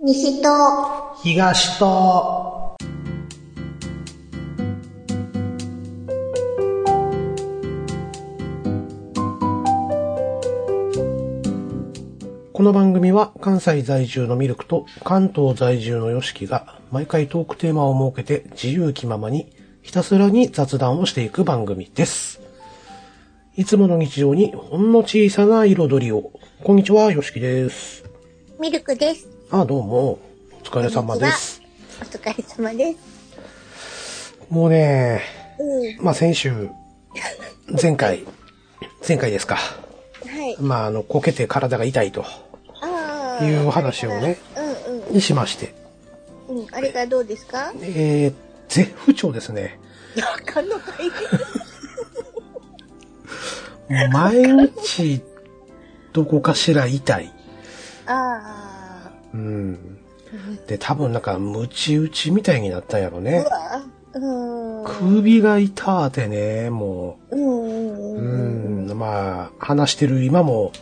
西と、東と、この番組は関西在住のミルクと関東在住のヨシキが毎回トークテーマを設けて自由気ままにひたすらに雑談をしていく番組です。いつもの日常にほんの小さな彩りを。こんにちは、ヨシキです。ミルクです。あ、どうも。お疲れ様です。お疲れ様です。もうね、うん。まあ先週、前回、前回ですか。はい。まああの、こけて体が痛いとああ。いうお話をね、うんしまして。うん。うん。あれがどうですかえー、絶不調ですね。わかんのかい。毎日、どこかしら痛い。ああ。うん。で、多分なんか、ムチ打ちみたいになったんやろうね。わ。うん。首が痛ーてね、もうんう。ううんうん。ん、まあ、話してる今も、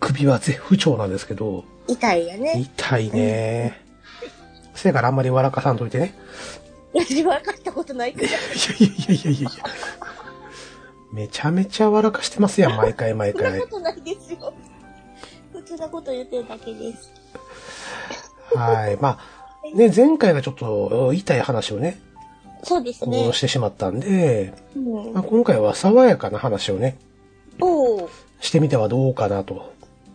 首は絶不調なんですけど、痛いよね。痛いね。せやからあんまり笑かさんといてね。私分かったことないけど。いやいやいやいやいやいや。めちゃめちゃ笑かしてますやん、毎回毎そんな回こ。とないですよ。普通なこと言ってるだけです。はい。まあ、ね、前回がちょっと痛い話をね、そうですこねう。してしまったんで、うんまあ、今回は爽やかな話をね、おお。してみてはどうかなと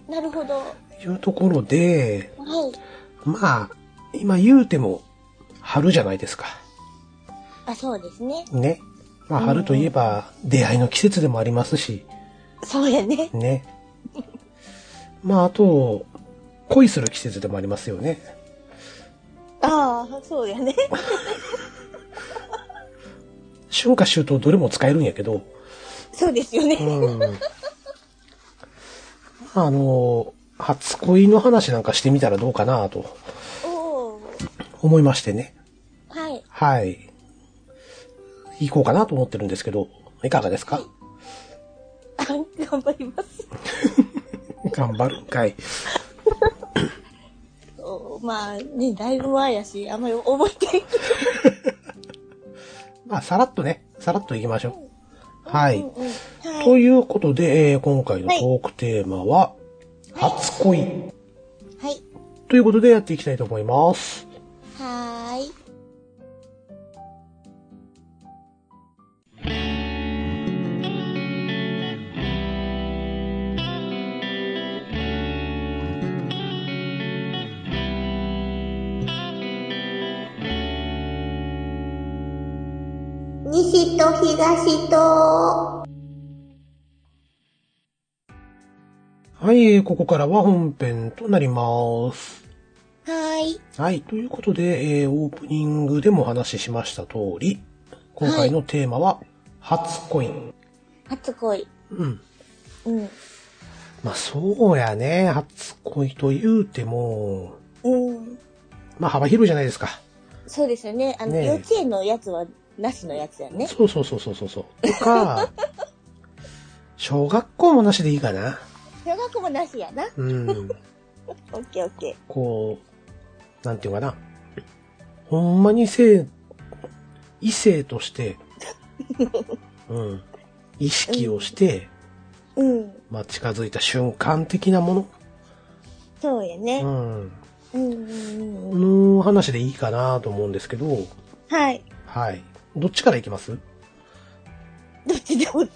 なるほど。はいうところで、い。まあ、今言うても春じゃないですか。あ、そうですね。ね。まあ春といえば出会いの季節でもありますし、そうやね。ね。まああと、恋する季節でもありますよね。ああ、そうやね。春夏秋冬どれも使えるんやけど、そうですよね。うん。あの、初恋の話なんかしてみたらどうかなとおお。思いましてね。はい。 はい。行こうかなと思ってるんですけど、いかがですかあ頑張ります。頑張るんかい。おまあね、だいぶ前やし、あんまり覚えてまあ、さらっとね、さらっと行きましょう。はないうん。うんはとい。いうことで、えー今回のトークテーマは、初恋。はい。ということでやっていきたいと思います。はーい。西と東と。はい、えーここからは本編となります。はい。はい、ということで、えーオープニングでもお話ししました通り、今回のテーマは、初恋。初恋。うん。うん。まあ、そうやね、初恋と言うても、うん。まあ、幅広いじゃないですか。そうですよね。あの、ねえ幼稚園のやつは、なしのやつやね。そうそうそうそうそうそう。と か、小学校もなしでいいかな。小学校もなしやな。うん。オッケーオッケこう、なんていうかな。ほんまに性、異性 として、うん。意識をして、ー。うん。まあ、近づいた瞬間的なもそうやね。の、うん。うんうんうこん。の話でいいかなと思うんですけど、はい。はい。どっちからいきますどっちでも、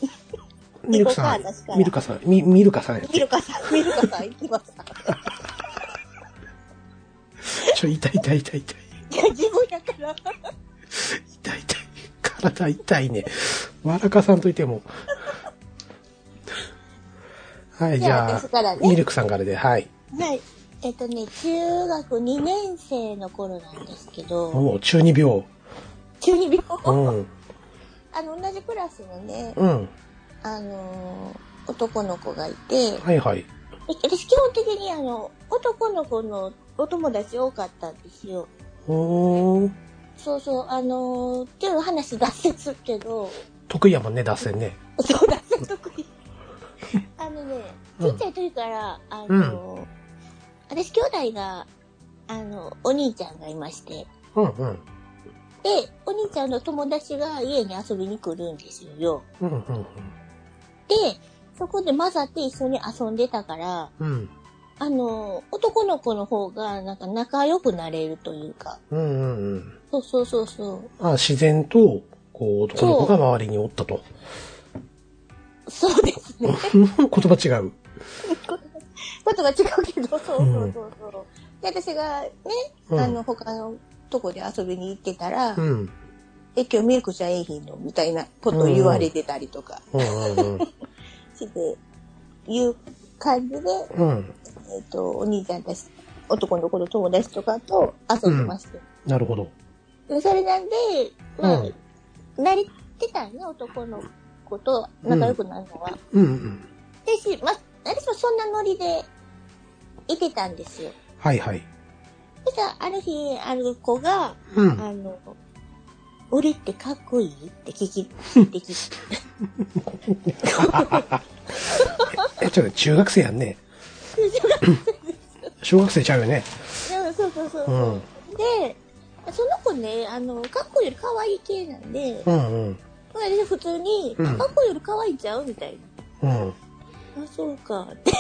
ミルクさミルクかん。ミルカさん。ミミルカさんやっミけ。ルカさん、ミルカさん行きますか。ちょ、痛い痛い痛い痛い。いや、 自分やから。痛い痛い。体痛いね。笑かさんといても。はい、じじゃあゃ私からあ、ねミルクさんからで、はい。はい。えっとね、中学2年生の頃なんですけど、もう中二病。中二病。うん。あの、同じクラスのね、うん。あのー、男の子がいて、ではいはい。私基本的にあの、男の子のお友達多かったんですよ。おーそうそう、あのー、っていう話脱線するけど、得意やもんね、脱線ね。そうだ、特に。あのね、ちっちゃい時から、あの、私兄弟があの、お兄ちゃんがいまして。うんうん。で、お兄ちゃんの友達が家に遊びに来るんですよ。うんうんで、そこで混ざって一緒に遊んでたから、うん。あの、男の子の方がなんか仲良くなれるというか、うんうんうそん。うそうそうそう。あ自然と、こう、男の子が周りにおったと。そうですね。言葉違う。ことが違うけど、そうそうそうそう。で、私がね、うんあの、他のとこで遊びに行ってたら、うん。うんえ、今日ミルクちゃんええひんのみたいなことを言われてたりとかうんして、いう感じで、うん。うん。えっ、と、お兄ちゃんたち、男の子の友達とかと遊んでました。なるほど。でそれなんで、まあ、うん慣れてたんね、男の子と仲良くなるのは。うんうん。でし、まあ、私もそんなノリでいてたんですよ。はいはい。そしたら、ある日、ある子が、うん。あの、俺ってかっこいいって聞 き、って聞き、え、ちょっと中学生やん ね。小学生ちゃうよね。そうそうそうそうう。ん。で、その子ね、あの、かっこいいより可愛い系なんで、うんうん。私普通に、うんかっこいいより可愛いんちゃうみたいうん。な。あ、そうか。って、ち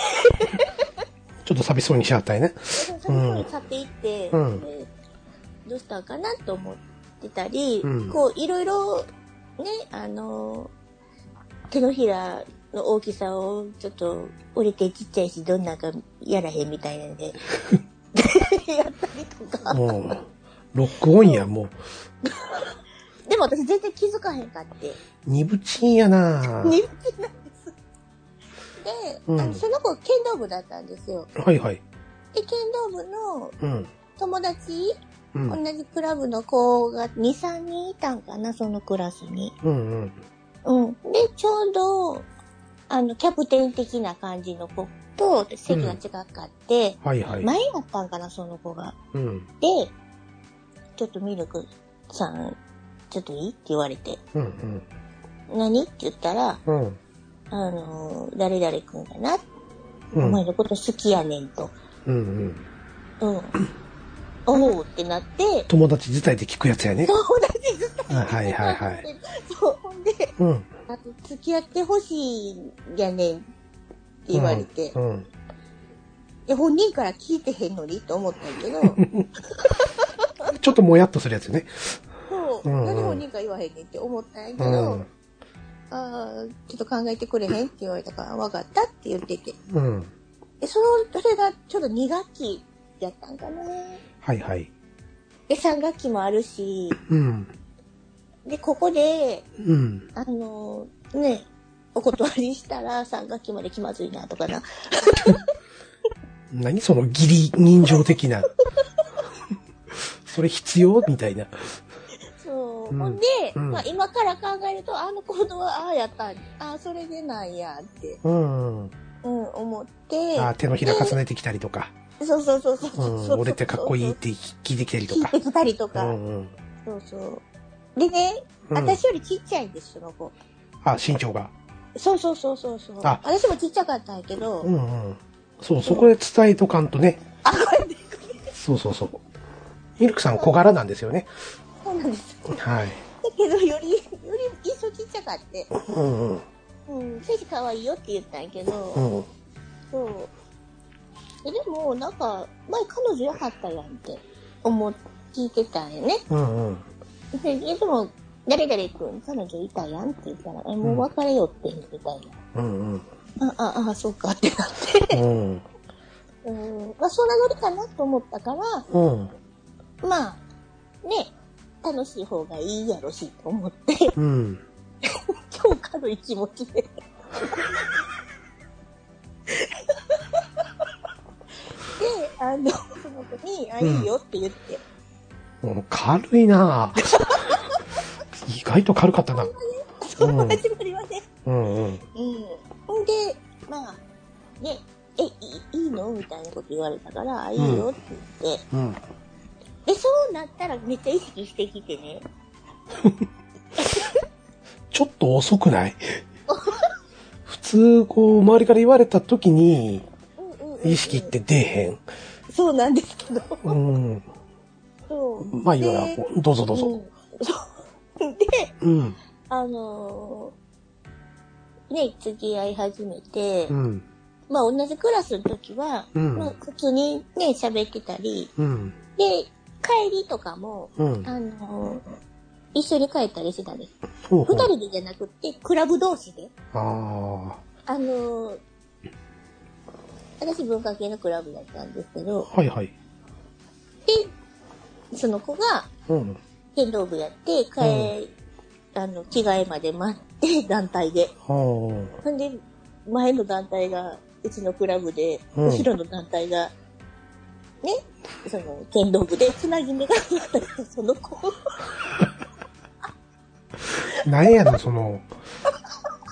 ょっと寂しそうにしちゃったよね。その子に去っていって、うんでどうしたんかなと思ってたり、うんこう、いろいろ、ね、あの、手のひらの大きさを、ちょっと、折れてちっちゃいし、どんなんかやらへんみたいなんで、 やったりとか。もう、ロックオンや、もう。でも私全然気づかへんかって。二部チンやな人気なんです。で、うんあのその子剣道部だったんですよ。はいはい。で、剣道部のうん。友達、うん。うん同じクラブの子が2、3人いたんかな、そのクラスに。うん。うん。で、ちょうど、あの、キャプテン的な感じの子と席が違かって、はいはい。前やったんかな、その子が。うん。で、ちょっとミルクさん、ちょっといいって言われて、うん何って言ったら、うん。うん。あの、誰々くんがな、うおん。前のこと好きやねんと。うんうん。う ん。おうってなって、友達自体で聞くやつやね。友達ずっと。はいはいはい。。そう、ほんで、うん。あと付き合ってほしいんやねんって言われて、うん。で本人から聞いてへんのにと思ったんやけど、 ちょっともやっとするやつね。そう、うんうんなんで本人から言わへんねんって思ったんやけうど、ん。ああ、ちょっと考えてくれへんって言われたから、わかったって言ってて。うん。で、その、それがちょうど2学期やったんかな。はいはい。で、3学期もあるし、うん。で、ここで、うん。あのね、お断りしたら3学期まで気まずいなとかな。何その義理人情的 な。それ必要みたいな。そう。うんほんで、うんまあ今から考えると、あの行動はああやったんああ、それでなんやって、うん。うん、思って。あ手のひら重ねてきたりとか。そうそうそうそうそううそう。ん。俺ってかっこいいっって聞いてきたりと聞いかて。きたりとうか。んうん。そうそう。でね、うん私よりちっちゃいんです、その子。あ、身長が。そうそうそうそうそう。あ私もちっちゃかったんやけど、うんうん。そう、そこで伝えとかんとね。あ、これね、そうそうそう。ミルクさん小柄なんですよね。そうなんです。はい。だけど、より、より一層ちっちゃかって。うんうん。うん、選手可愛いよって言ったんやけど、うん。そう。え、でも、なんか、前彼女やかったやんって思っ、聞いてたんやね。うんうん。で、でも、誰々君、彼女いたやんって言ったら、え、もう別れよって言ってたんや。うんうん。あ、あ、あ、そうかってなって。うん。うん、まあ、そんなノリかなと思ったから、うん。まあ、ね、楽しい方がいいやろし、と思って、 うん。今日軽い気持ちで。で、あの、その子に、あ、いいよって言って、うん軽い なぁ意外と軽かったな。その始まりはね、うんうん。うん。んで、まあ、ね、え、いいいいのみたいなこと言われたから、あ、いいよって言って、うん。で、そうなったらめっちゃ意識してきてね、ちょっと遅くない 普通、こう、周りから言われた時に、うんうんうんうん意識って出えへん。そうなんですけど。うん。そう。まあいいわでよ。どうぞどうぞ。うんそう。で、うん。あのーね、付き合い始めて、うん。まあ同じクラスの時は、うんまあ普通にね、喋ってたり、うん。で、帰りとかも、うん。あのー一緒に帰ったりしてたんです。ほうほ二う人でじゃなくて、クラブ同士で。ああのー私文化系のクラブだったんですけど、あ。はいはい。で、その子がうん。剣道部やって、帰、あの、着替えまで待って、 団体で。ああ。ほんで、前の団体が、うちのクラブで、うん後ろの団体が、ね、その、剣道部で、つなぎ目があったから、その子、なんやねん、その、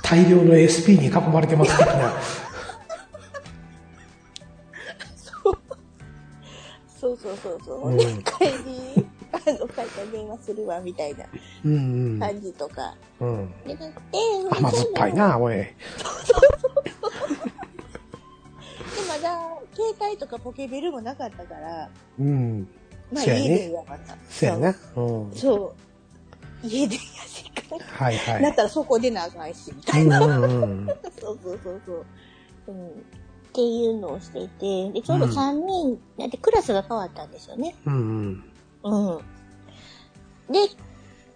大量の SP に囲まれてます的な。そうそうそうそう、うんで帰り、あの、帰ったら電話するわ、みたいなうんうん。感じとか。うん。で、なんか、甘酸っぱい。な、おい。で、まだ、携帯とかポケベルもなかったから、うん。まあ、そうやね家でやかった。そやな。うん。そう。そう。家でやしから。はいはだっい。たらそこでなあかんし、みたいな。うんうんうん。そうそうそうそう。うん。っていうのをしていて、で、ちょうどうん3人、だってクラスが変わったんですよね。うんうん。で、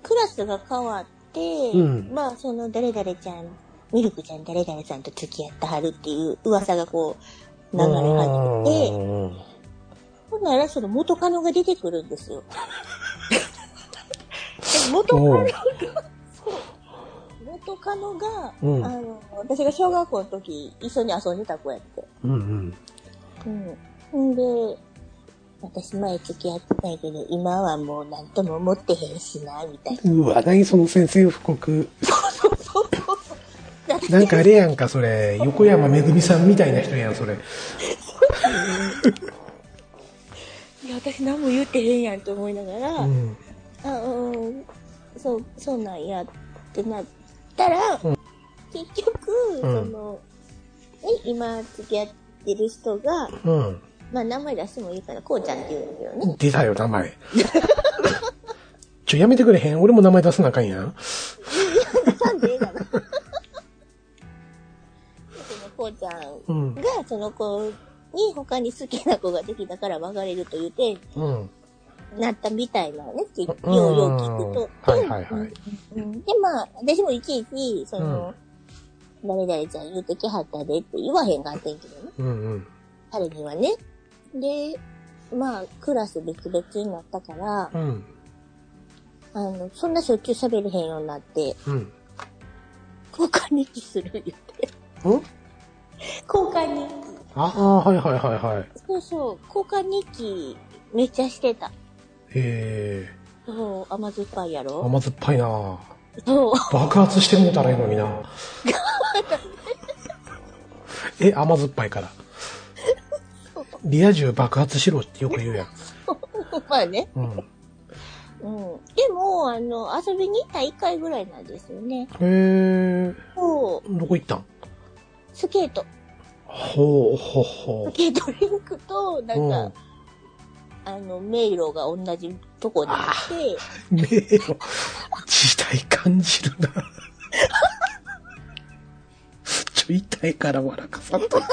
クラスが変わって、うんまあ、その、誰々ちゃん、ミルクちゃん誰々さんと付き合ってはるっていう噂がこう、う流れん。始めて、うんほんならその元カノが出てくるん ですよ。で元カおノうが、そう元カノが、うんあの、私が小学校の時一緒に遊んでた子やって。うんうん。うん。んで、私前付き合ってたけど、今はもう何とも思ってへんしな、みたいな。うわ、何その宣戦布告。そうそうそうそう。だってなんかあれやんか、それ。横山めぐみさんみたいな人やん、それ。いや私何も言ってへんやんと思いながら、うん。あうん、そう、そうなんやってなったら、うん結局、その、ね今付き合ってる人が、うん。まあ名前出してもいいから、こうちゃんって言うんだけど ね。出たよ、名前。ちょ、やめてくれへん俺も名前出さなあかんやん。ちゃんで ええかな。そのこうちゃんうん。がその子に他に好きな子ができたから別れると言ってうん。なったみたいなのねってようんうよう聞くと。はいはいはい。うんで、まあ、私もいちいち、その、誰々ちゃん言うてきはったでって言わへんかってんけどね。うんうん。彼にはね。で、まあ、クラス別々になったから、うん。あの、そんなしょっちゅう喋れへんようになって、うん。交換日記する言って。うん交換日記。ああ、はいはいはいはい。そうそう、交換日記めっちゃしてた。へえ、そう、甘酸っぱいやろ甘酸っぱいなそう。爆発してもうたらいいのに なえ、甘酸っぱいから。リア充爆発しろってよく言うやん。 まあね。うん。へうん。でも、あの、遊びに行った1回ぐらいなんですよね。え、そう。どこ行ったんスケート。ほうほうスほケートリンクと、なう。うんんか、。あの、迷路が同じとこにあって、迷路、時代感じるな。ちょ、痛いから笑かさんといて。で、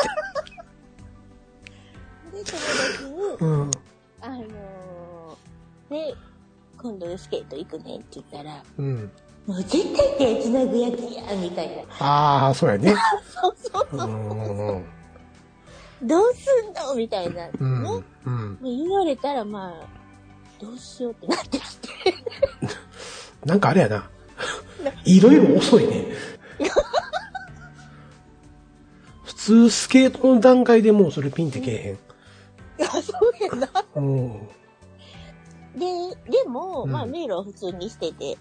友達に、うん。あのー、ね、今度スケート行くねって言ったら、うん。もう絶対手繋ぐやつや、みたいな。ああ、そうやね。そうそううそう。んうんうん。どうすんのみたいな。ね。うん。うん。もう言われたらまあ、どうしようってなってきて。なんかあれやな。いろいろ遅い ね。普通スケートの段階でもうそれピンってけいえや、そうやな。へん。うん。で、でも、うんまあ迷路を普通にしてて、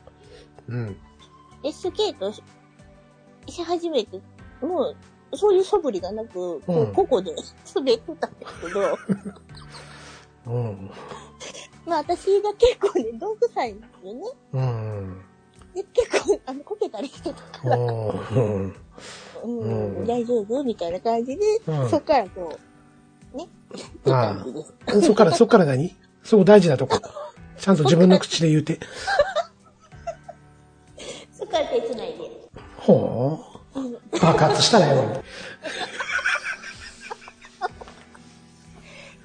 うん。で、スケートしし始めて、もう、そういう素振りがなく、こうんうここで滑ってたんですけ ど、うん。まあ私が結構ね、道具臭いんですよね。うん。で、結構、あの、こけたりしてたから、うん。うん、うん大丈夫みたいな感じで、うんそっからこう、ね。あいいですあ。そっから、そっから何そこ大事なとこ。ちゃんと自分の口で言うて。そこは手つないで。ほう。爆発したらやろ。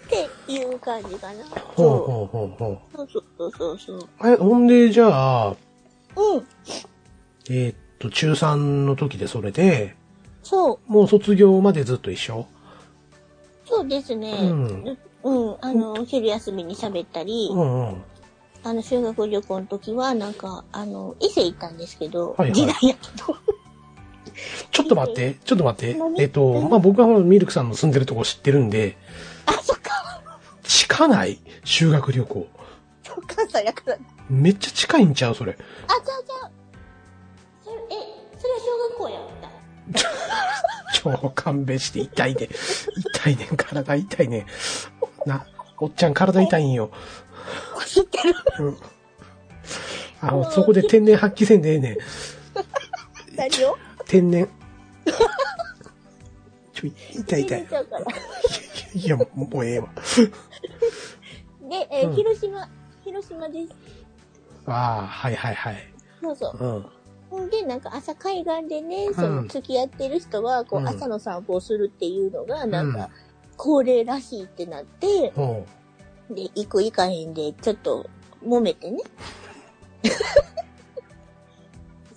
っていう感じかな。ほうそほうほうほう。う。そうそうそうそう。あれ、ほんで、じゃあ、うん。えーっと、中3の時でそれで、そう。もう卒業までずっと一緒そうですね。うんうん。あの、昼休みに喋ったり、うんうん。あの、修学旅行の時は、なんか、あの、伊勢行ったんですけど、はいはい時代やけど。 ちょっと待って、ちょっと待って。何えっと、まあ、僕はミルクさんの住んでるとこ知ってるんで、あ、そっか。近ない修学旅行。そう、関西やから。あ、めっちゃ近いんちゃうそれ。ち ゃうちゃう。それ、え、それは小学校やった。超勘弁して痛いで。痛いねん、体痛いねん。な、おっちゃん体痛いんよ。知ってる。うん、あ、そこで天然発揮せんでええねん。何を天 然。ちょ、痛い痛入れいち。ゃうから。いや、もうもうええわ。で、えーうん広島、広島です。ああ、はいはいはい。そうそう。うん。ほんで、なんか朝海岸でね、そうのん付き合ってる人は、こうう、ん朝の散歩をするっていうのが、なんうんか、恒例らしいってなって、ほで、行く行かへんで、ちょっと、揉めてね。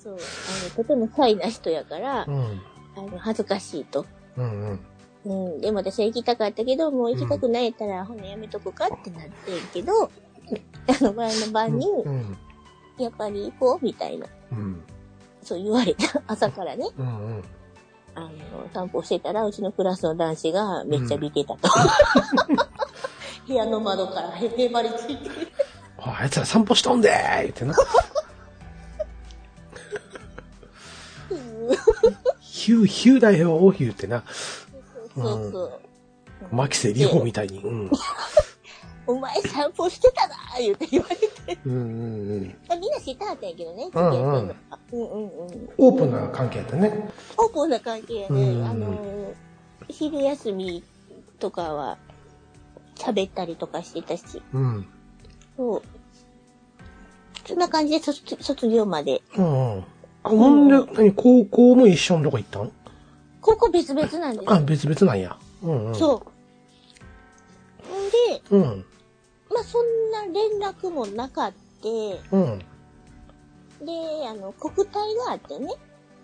そう、あの、とてもサイな人やからう。う、ん。あの、恥ずかしいと。うんうん。うん、でも私は行きたかったけど、もう行きたくないやったら、ほんのやめとこかってなってんけど、あの、前の晩に、うん。やっぱり行こう、みたいな、うん。そう言われた。 朝からね、うんうん。あの、散歩してたら、うちのクラスの男子がめっちゃ見てたと。 部屋の窓からへばりついてる。ああいつら散歩しとんでー言ってな。ヒュー、ヒュー代表、ヒューってな。そうそう。牧瀬里穂みたいに。うん。お前散歩してたなー言って言われて。うんうんうん。みんな知ったはったんやけどね。付きう合んってんうのんがうんうんうん。オープンな関係やったね。オープンな関係やね。うんうんあのー、昼休みとかは喋ったりとかしてたし。うん。そう。そんな感じで卒卒業まで。うんうん。あ、ほんで、何、高校も一緒のとこ行ったん高校別々なんですあ、よ。別々なんや。うんうん。う。そう。ほんで、うん。まあ、そんな連絡もなかって、うん。で、あの、国体があってね。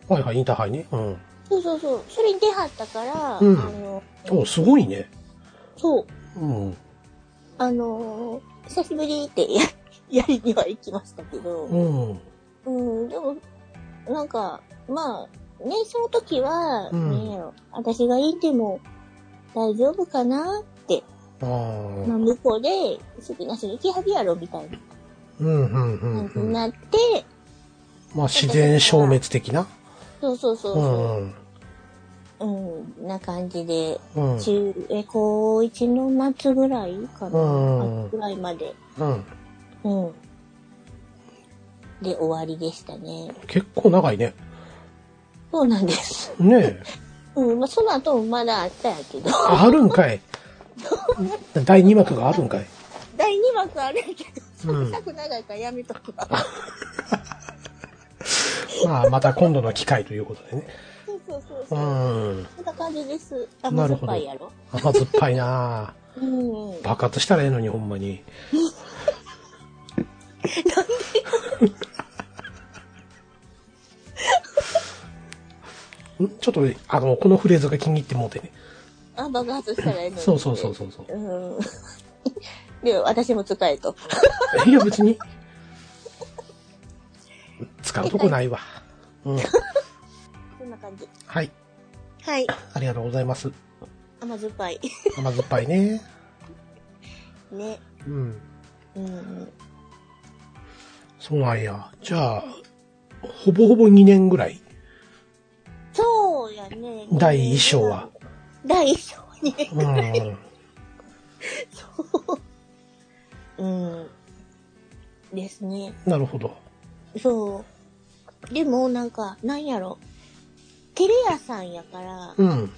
はいはい、インターハイね。うん。そうそうそう。それに出はったから、うんあの、お、すごいね。そう。うん。あのー久しぶりってや やりには行きましたけど、うん。うん、でも、なんか、まあ、ね、その時は、うんねやろ私がいても大丈夫かなって、ああ。うまあ、ん向こうで好きな人行きはぎやろみたいなうんう感んじうにん。なって、まあ、自然消滅的な。そうそうそうう、んそううん、な感じで、うん。うん。中、え、高1の夏ぐらいかな、うんぐらいまで、うん。うん。で、終わりでしたね。結構長いね。そうなんです。ねえ。うん、まあ、その後もまだあったんやけど。 あるんかい。第2幕があるんかい。第2幕あるんやけど、そうんんなく長いからやめとくわ。まあ、また今度の機会ということでね。そうそうそううそう。ん。そんな感じです。な甘酸るっほどぱいやろ。甘酸っぱいなあうん。うん爆発したらええのに、ほんまに。ん ちょっと、あの、このフレーズが気に入ってもうてね。あ、爆発したらええのに。。そうそうそうそうそううん。 で、私も使えと。う。いや、別に。使うとこないわ。うん。そんな感じ。はい。はい。ありがとうございます。甘酸っぱい。甘酸っぱいね。ね。うん。うん。そうなんや。じゃあ、ほぼほぼ2年ぐらい。そうやね。第1章は。。第1章はね。うん。うん。ですね。なるほど。そう。でも、なんか、なんやろ。テレ屋さんやから、うん。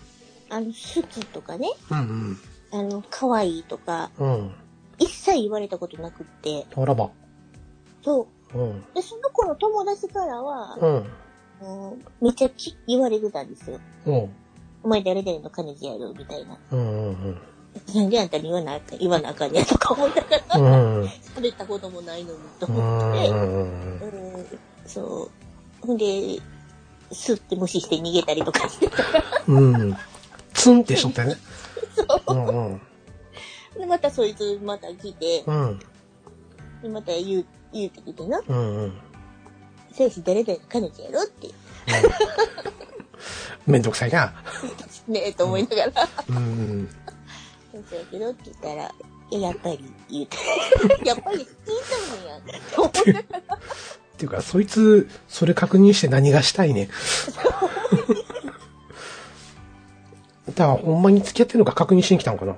あの、好きとかね、うんうん。あの、可愛いとか、うん。一切言われたことなくって、あらば。そう。うん。で、その子の友達からは、うん。あのめっちゃき言われてたんですよ。うん。お前誰々の彼女やろみたいな。うんうんなんであんたに言わなあかん、言わなあかんねやとか思いながら、うん。うん。うん食べたこともないのにとう思って、ん。うん、そう。ほんで、スッて無視して逃げたりとかして た。うん。ツンってしとったよね。うんうん。で、またそいつまた来て、うん。でまた言う、言うてきてな。うんうん。せやし誰々の彼女やろって、めんどくさいな。ねえと思いながら、うん。そうやけどって言ったら、いややっぱり言 うて、やっぱり聞いたのやん。と思いながらっていうか、そいつ、それ確認して何がしたいね。だから、ほんまに付き合ってるのか確認しに来たのかな。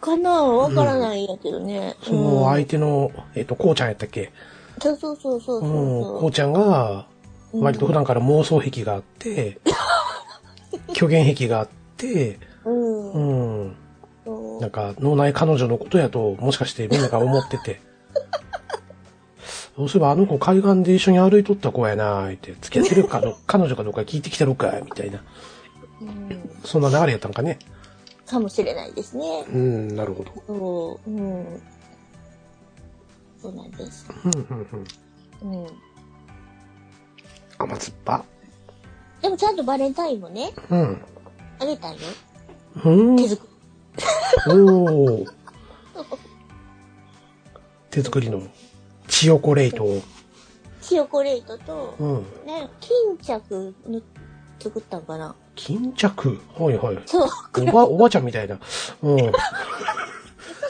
かなわからないんやけどね。そのうん相手の、えっと、こうちゃんやったっけそうそうそうそううそん、う。こうちゃんが、割と普段から妄想癖があ って、虚言癖があって、うん。ううんん、そうなんか脳内彼女のことやと、もしかしてみんなが思って て。そうすればあの子海岸で一緒に歩いとった子やなーって、付き合ってるか の、彼女かどうか聞いてきたろかいみたいな。うんそんな流れやったんかね。かもしれないですね。うん、なるほど。そう、うん。そうなんです。うん、うん、ううん。ん。甘酸っぱ。でもちゃんとバレンタインもね、うん。あげたんよ。うん。手作おお。手作りの、チヨコレイトを。り。塩コレートと、うん。ね、巾着の作ったんかな。巾着はいはい。そう。おば、おばちゃんみたいな。うん。あ、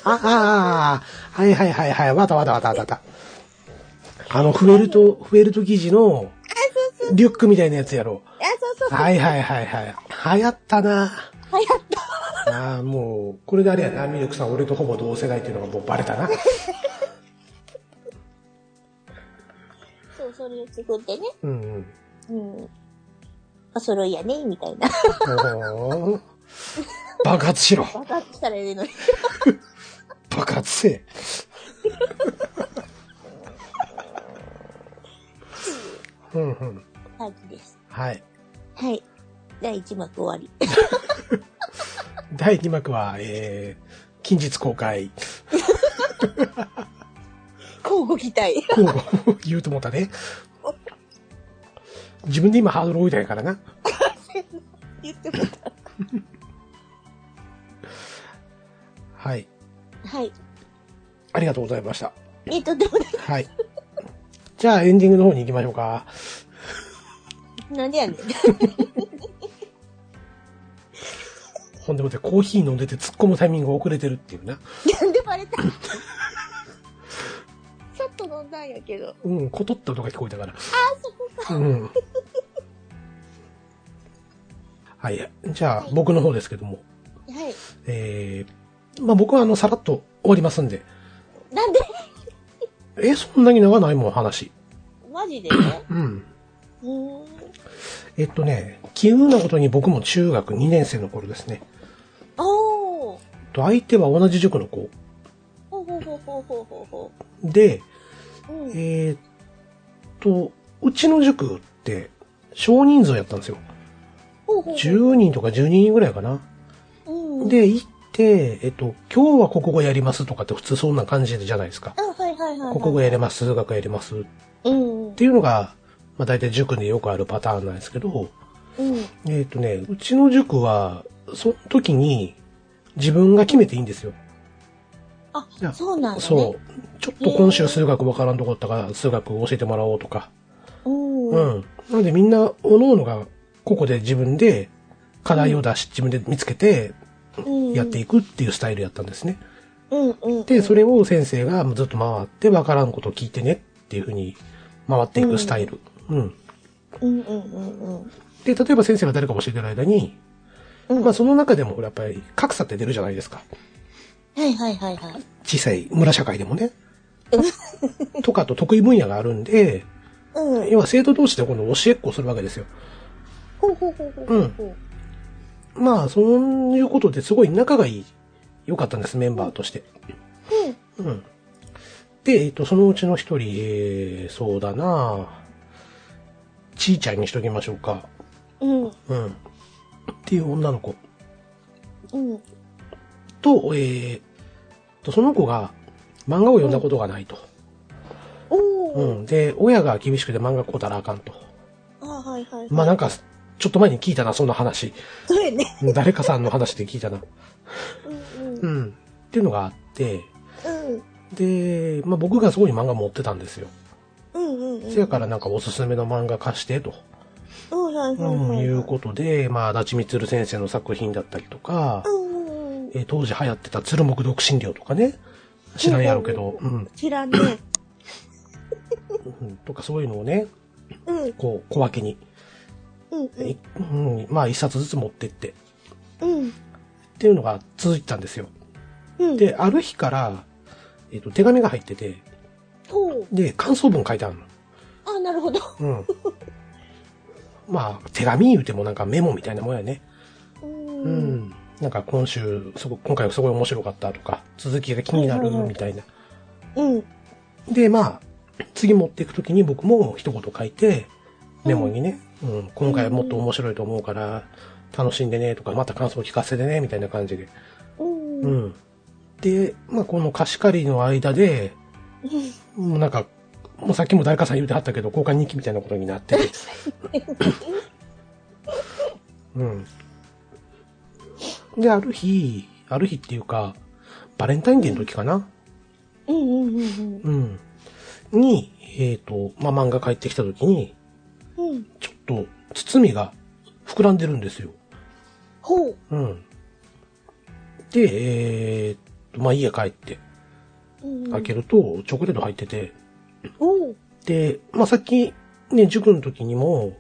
ああ、はいはいはいはい。わたわたわたわたわた。あの、フェルト、フェルト生地の、リュックみたいなやつやろ。あ、そうそう。はいはいはいはい。流行ったな。流行った。ああ、もう、これであれやな、ミルクさん、俺とほぼ同世代っていうのがもうバレたな。そう、それを作ってね。うんうん。うん。お揃いやね、みた いな。おー爆発しろ爆発したらええのに。爆発せえうんうん。感じです。はい。はい。第1幕終わり。 第2幕は、えー、近日公開。こうご期待。こう言うと思ったね。自分で今ハードル置いたんやからな。言ってもた。はい。はい。ありがとうございました。えっと、でも ねはい。じゃあエンディングの方に行きましょうか。なんでやねん。 ほんでもってコーヒー飲んでて突っ込むタイミングが遅れてるっていうな。なんでバレ たちょっと飲んだんやけど。うん、コトッと音が聞こえたから。あ、そこか。うん。はい。じゃあ、僕の方ですけども。はい。えー、まあ僕はあの、さらっと終わりますんで。なんでえ、そんなに長ないもん、話。マジでね。うん。うーん。えっとね、奇遇なことに僕も中学2年生の頃ですね。おー。と相手は同じ塾の子。ほうほうほうほうほうほうほで、う。うん。うんえーっと、うちの塾って、少人数やったんですよ。ほうほうほ10人とか12人ぐらいかな。う。うん。で、行って、えっと、今日は国語やりますとかって普通そんな感じじゃないですか。あ、はいはいはい、はい。国語やります、数学やりますっうん。うん。ていうのが、まあ大体塾でよくあるパターンなんですけど、うん。えっ、とね、うちの塾は、その時に自分が決めていいんですよ。あいや、そうなんだ、ね。そう。ちょっと今週数学わからんとこだったから数学教えてもらおうとか。う。うん。ううん。ん。なのでみんな、おののが、ここで自分で課題を出し、自分で見つけてやっていくっていうスタイルやったんですね。うんうん。で、それを先生がずっと回って、わからんことを聞いてねっていうふうに回っていくスタイル。うん。うんうんうんうん。で、例えば先生が誰か教えてる間に、うん。まあその中でもほらやっぱり格差って出るじゃないですか。はいはいはいはい。小さい村社会でもね。とかと得意分野があるんで、うん。要は生徒同士で今度教えっこをするわけですよ。ほうほうほうほうほうほう。まあ、そういうことですごい仲がいい、良かったんです、メンバーとして。うん。で、えっと、そのうちの一人、えー、そうだなちーちゃんにしときましょうか。うん。うん。っていう女の子うん。と、えー、と、その子が漫画を読んだことがないと。おうお。ん。で、親が厳しくて漫画こうたらあかんと。あはいはい。まあなんか、ちょっと前に聞いたな、そんな話。そうやね。誰かさんの話で聞いたな。うんう。うんん。っていうのがあって、うん。で、まあ僕がそこに漫画持ってたんですよ。うんうんうん。せやからなんかおすすめの漫画貸してと。うんはいはいうん、はい。いうことで、まあ、足立みつる先生の作品だったりとか、うんうんうん。えー当時流行ってた鶴木独身寮とかね、知らんやろうけど、うん、知らんね。うんとかそういうのをね、うんこう、小分けに、うんういん。うん、まあ、一冊ずつ持ってって、っうん。ていうのが続いてたんですよ。うん。、で、ある日から、えっ、と、手紙が入ってて、おうで、感想文書いてあるあ、なるほど。の。 うん。まあ、手紙言うてもなんかメモみたいなもんやね。う。うんん。なんか今週、すご今回はすごい面白かったとか、続きが気になるみたいな。うん。で、まあ、次持っていくときに僕も一言書いて、メモにね、うん、今回はもっと面白いと思うから、楽しんでねとか、また感想聞かせてね、みたいな感じで。うん。ううん。ん。で、まあ、この貸し借りの間で、もうなんか、もうさっきも誰かさん言うてはったけど、交換日記みたいなことになってて。うん。で、ある日、ある日っていうか、バレンタインデーの時かな、うんうんうんうん。に、えっ、と、まあ、漫画帰ってきた時に、うん。うん。ちょっと、包みが膨らんでるんですよ。ほう。うん。で、えー、と、まあ、家帰って、うん。開けると、チョコレート入ってて、おう。で、まあ、さっき、ね、塾の時にも、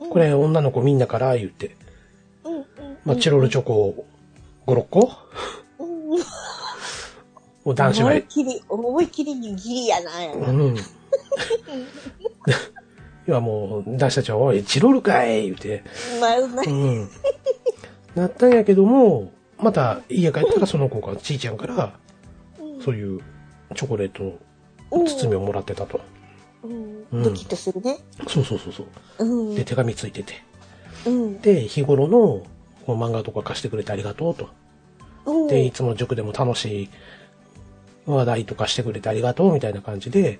うんこ。れ女の子みんなから言って、うんうん。まあ、チロルチョコを5、6個うん。うんを男子思が、いっきり、思いっきりにギリやな。やな うん。要はもう、男子たちは、おい、チロルかい言って、うまいうまうい。ん。なったんやけども、また家帰ったらその子が、ちいちゃんから、そういうチョコレートうん包みをもらってたと。うん。ドキッとするね。そうそうそうそう。うん。で、手紙ついてて。うん。で、日頃のこの漫画とか貸してくれてありがとうと。うん。で、いつも塾でも楽しい話題とかしてくれてありがとうみたいな感じで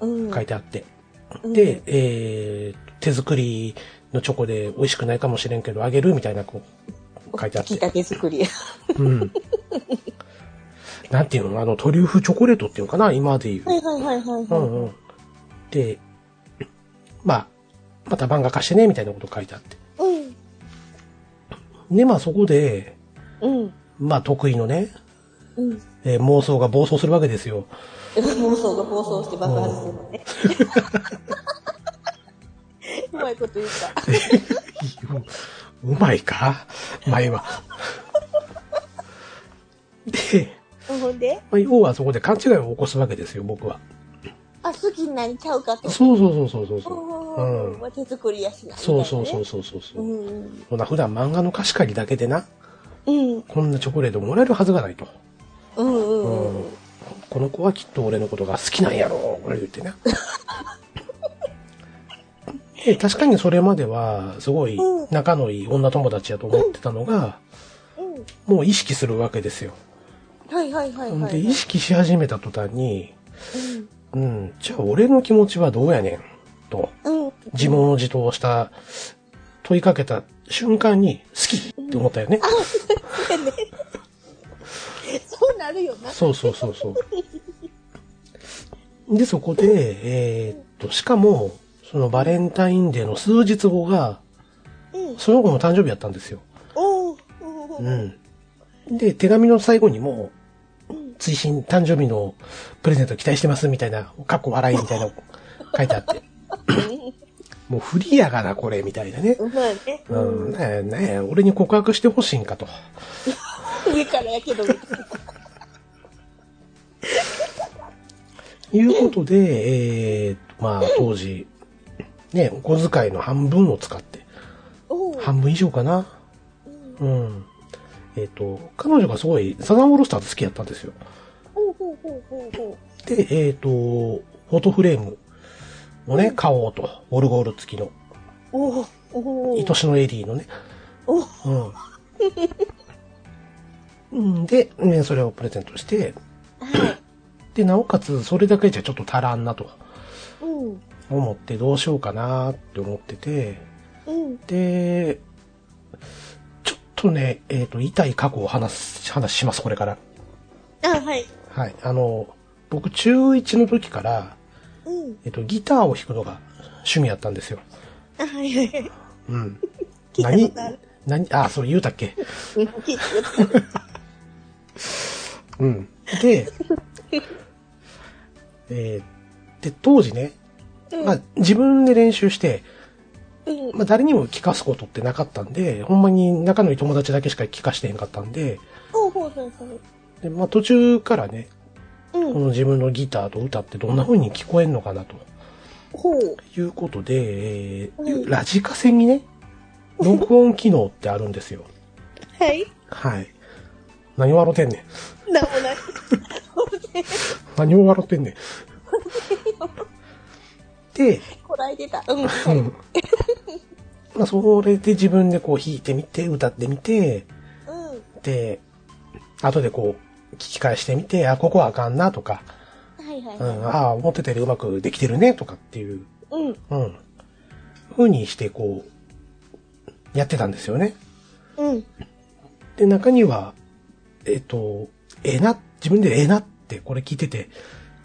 うん。書いてあって。うんで、、えー、手作りのチョコで美味しくないかもしれんけどあげるみたいなこう書いてあって聞い。た手作りや。うん。 なんていうのあの、トリュフチョコレートっていうのかな今で言はう。いはいはいはい。うんうん。で、まあ、また漫画貸してね、みたいなこと書いてあって。うん。で、まあそこで、うん。まあ得意のね、うん。えー妄想が暴走するわけですよ。妄想が暴走して爆発するの ね。うまいこと言った。うまいか前は。 で、ほんで、まあ、要はそこで勘違いを起こすわけですよ、僕は。あ、好きになりちゃうかと。そうそうそうそうそう。おうーんまあ手作りやしな。そうそうそうみそうそうたいなね。そう。うん。そんな普段漫画の貸し借りだけでな、うん。こんなチョコレートもらえるはずがないと。うんううんんうん。この子はきっと俺のことが好きなんやろこれ言ってね で確かにそれまではすごいうん仲のいい女友達やと思ってたのがうもう意識するわけですよん。はいはいはいはい。で意識し始めた途端にうん。うんじゃあ俺の気持ちはどうやねんとうん。自問自答した問いかけた瞬間に好きって思ったよね、そうなるよな。そうそうそうそう。で、そこで、えーっと、しかも、そのバレンタインデーの数日後が、うん。その子の誕生日やったんですよ。おお。うん。で、手紙の最後にも、追伸誕生日のプレゼント期待してますみたいな、かっこ笑いみたいなの書いてあって。もうフリやがな、これ、みたいなね。うまいね。うん、ねえ、ねえ、俺に告白してほしいんかと。上からやけど。いうことで、えー、まあ、当時、ね、お小遣いの半分を使って、おお。半分以上かな、うん。えっ、と、彼女がすごいサザンオールスターズ好きやったんですよ。ほうほうほうほうほで、えっ、と、フォトフレームをね、買おうと。オルゴール付きの。う。おおおお愛しのエリーのね。おうん。うんで、ね、それをプレゼントして、で、なおかつ、それだけじゃちょっと足らんなとうん思って、どうしようかなって思ってて、うんで、ちょっとね、えっ、と、痛い過去を話す、話します、これから。あはいはい。あの、僕、中1の時から、うんえっ、と、ギターを弾くのが趣味やったんですよ。あはいはいうん。聞いたことある何何あ、それ言うたっけうん聞いたことあるうん。で、 えーで、当時ね、うんまあ、自分で練習して、うんまあ、誰にも聞かすことってなかったんで、ほんまに仲のいい友達だけしか聞かしてへんかったんで、ほうほうほうほうでまあ、途中からね、うこんの自分のギターと歌ってどんな風に聞こえんのかなとほういうことで、えーうんラジカセにね、録音機能ってあるんですよ。はいはい。何笑ってんねん。なんもない何を笑ってんねん。で、こらえてたうんうはいん。まあ、それで自分でこう弾いてみて、歌ってみて、うんで、後でこう、聞き返してみて、あ、ここはあかんなとか、はいはいうはいん、ああ、思ってたよりうまくできてるねとかっていう、うんうん、風にしてこう、やってたんですよね。うんで、中には、えっと、ええな、自分でええなってこれ聞いてて、